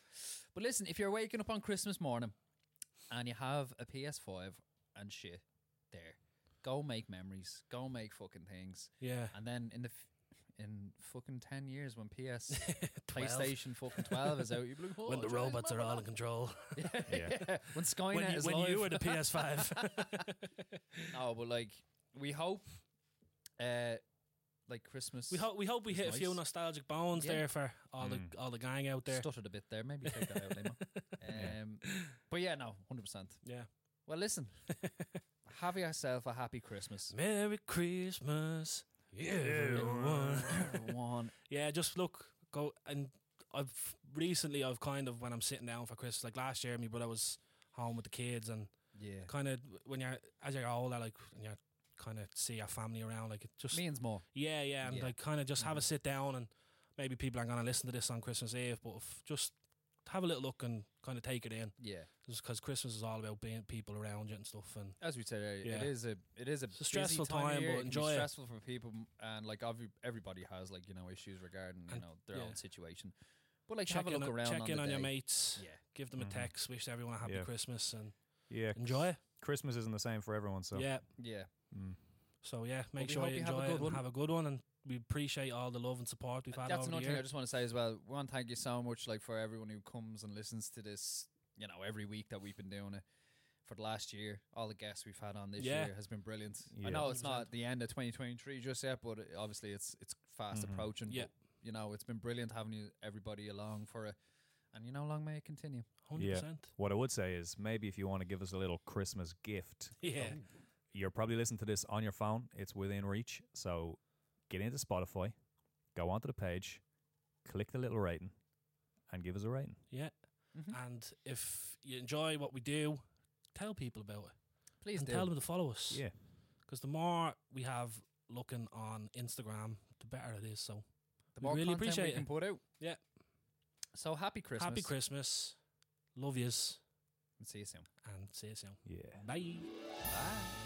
S3: But listen, if you're waking up on Christmas morning and you have a PS5 and shit there, go make memories, go make fucking things,
S1: Yeah,
S3: and then in the f- in fucking ten years when PS
S1: 12.
S3: PlayStation Oh, fucking 12 is out, you blew
S1: when the robots are all in control.
S2: Yeah.
S3: when Skynet
S1: when you,
S3: is
S1: when
S3: live.
S1: you were the PS5.
S3: No, but like we hope, uh, like Christmas.
S1: we hope we hope we
S3: It's
S1: hit a few
S3: nice.
S1: nostalgic bones
S3: Yeah.
S1: there for all
S2: Mm.
S1: the all the gang out there.
S3: stuttered a bit there. Maybe take that out, Lima. Um, but yeah, no, hundred percent.
S1: Yeah.
S3: Well, listen, have yourself a happy Christmas,
S1: Merry Christmas, everyone.
S2: everyone.
S3: everyone.
S1: Yeah, just look, go and I've recently I've kind of when I'm sitting down for Christmas, like last year, my brother was home with the kids, and
S3: Yeah,
S1: kind of when you're as you're older, like and you're kind of see your family around, like it just
S3: means more.
S1: yeah, yeah, and
S3: Yeah.
S1: like kind of just have a
S3: Mhm.
S1: sit down, and maybe people aren't gonna listen to this on Christmas Eve, but if, just have a little look and kind of take it in,
S3: Yeah,
S1: because Christmas is all about being people around you and stuff, and
S3: as we said earlier, it
S1: Yeah.
S3: is a it is a,
S1: a stressful
S3: busy time, of
S1: time,
S3: year.
S1: but
S3: It can be
S1: enjoy it.
S3: stressful for people, m- and like obvi- everybody has like you know issues regarding you
S1: And-
S3: know their
S1: yeah.
S3: own situation. But like
S1: check
S3: have a
S1: in
S3: look
S1: on-
S3: around,
S1: check
S3: on
S1: in
S3: the
S1: on your
S3: day.
S1: mates,
S3: Yeah,
S1: give them a
S2: Mhm.
S1: text, wish everyone a happy
S2: Yeah.
S1: Christmas, and
S2: yeah
S1: enjoy it.
S2: christmas isn't the same for everyone so
S1: Yeah.
S3: yeah.
S2: mm.
S1: So yeah,
S3: Well,
S1: make
S3: we
S1: sure
S3: hope
S1: you
S3: you have a
S1: enjoy
S3: good
S1: it
S3: one.
S1: and have a good one. And we appreciate all the love and support we've had
S3: That's
S1: over the
S3: another thing I
S1: year.
S3: just want to say as well. We want to thank you so much, like for everyone who comes and listens to this. You know, every week that we've been doing it for the last year, all the guests we've had on this
S1: Yeah.
S3: year has been brilliant. I
S2: Yeah.
S3: know it's not
S1: 100%.
S3: the end of 2023 just yet, but it- obviously it's it's fast
S2: Mhm.
S3: approaching.
S1: Mm-hmm. Yeah.
S3: but, you know, it's been brilliant having you everybody along for it, and you know, long may it continue.
S1: Hundred
S2: Yeah.
S1: percent.
S2: what i would say is maybe if you want to give us a little christmas gift
S1: Yeah.
S3: Mm-hmm.
S2: you're probably listening to this on your phone. It's within reach. So get into Spotify, go onto the page, click the little rating, and give us a rating.
S1: Yeah.
S3: Mhm.
S1: And if you enjoy what we do, tell people about it.
S3: Please
S1: and
S3: do.
S1: tell them to follow us.
S2: Yeah.
S1: Because the more we have looking on Instagram, the better it is. So
S3: the
S1: we
S3: more
S1: really
S3: content we
S1: appreciate
S3: can
S1: it.
S3: put out.
S1: Yeah.
S3: So happy Christmas.
S1: happy Christmas. Love yous.
S3: and See you soon.
S1: And see you soon.
S2: Yeah.
S1: Bye.
S3: Bye.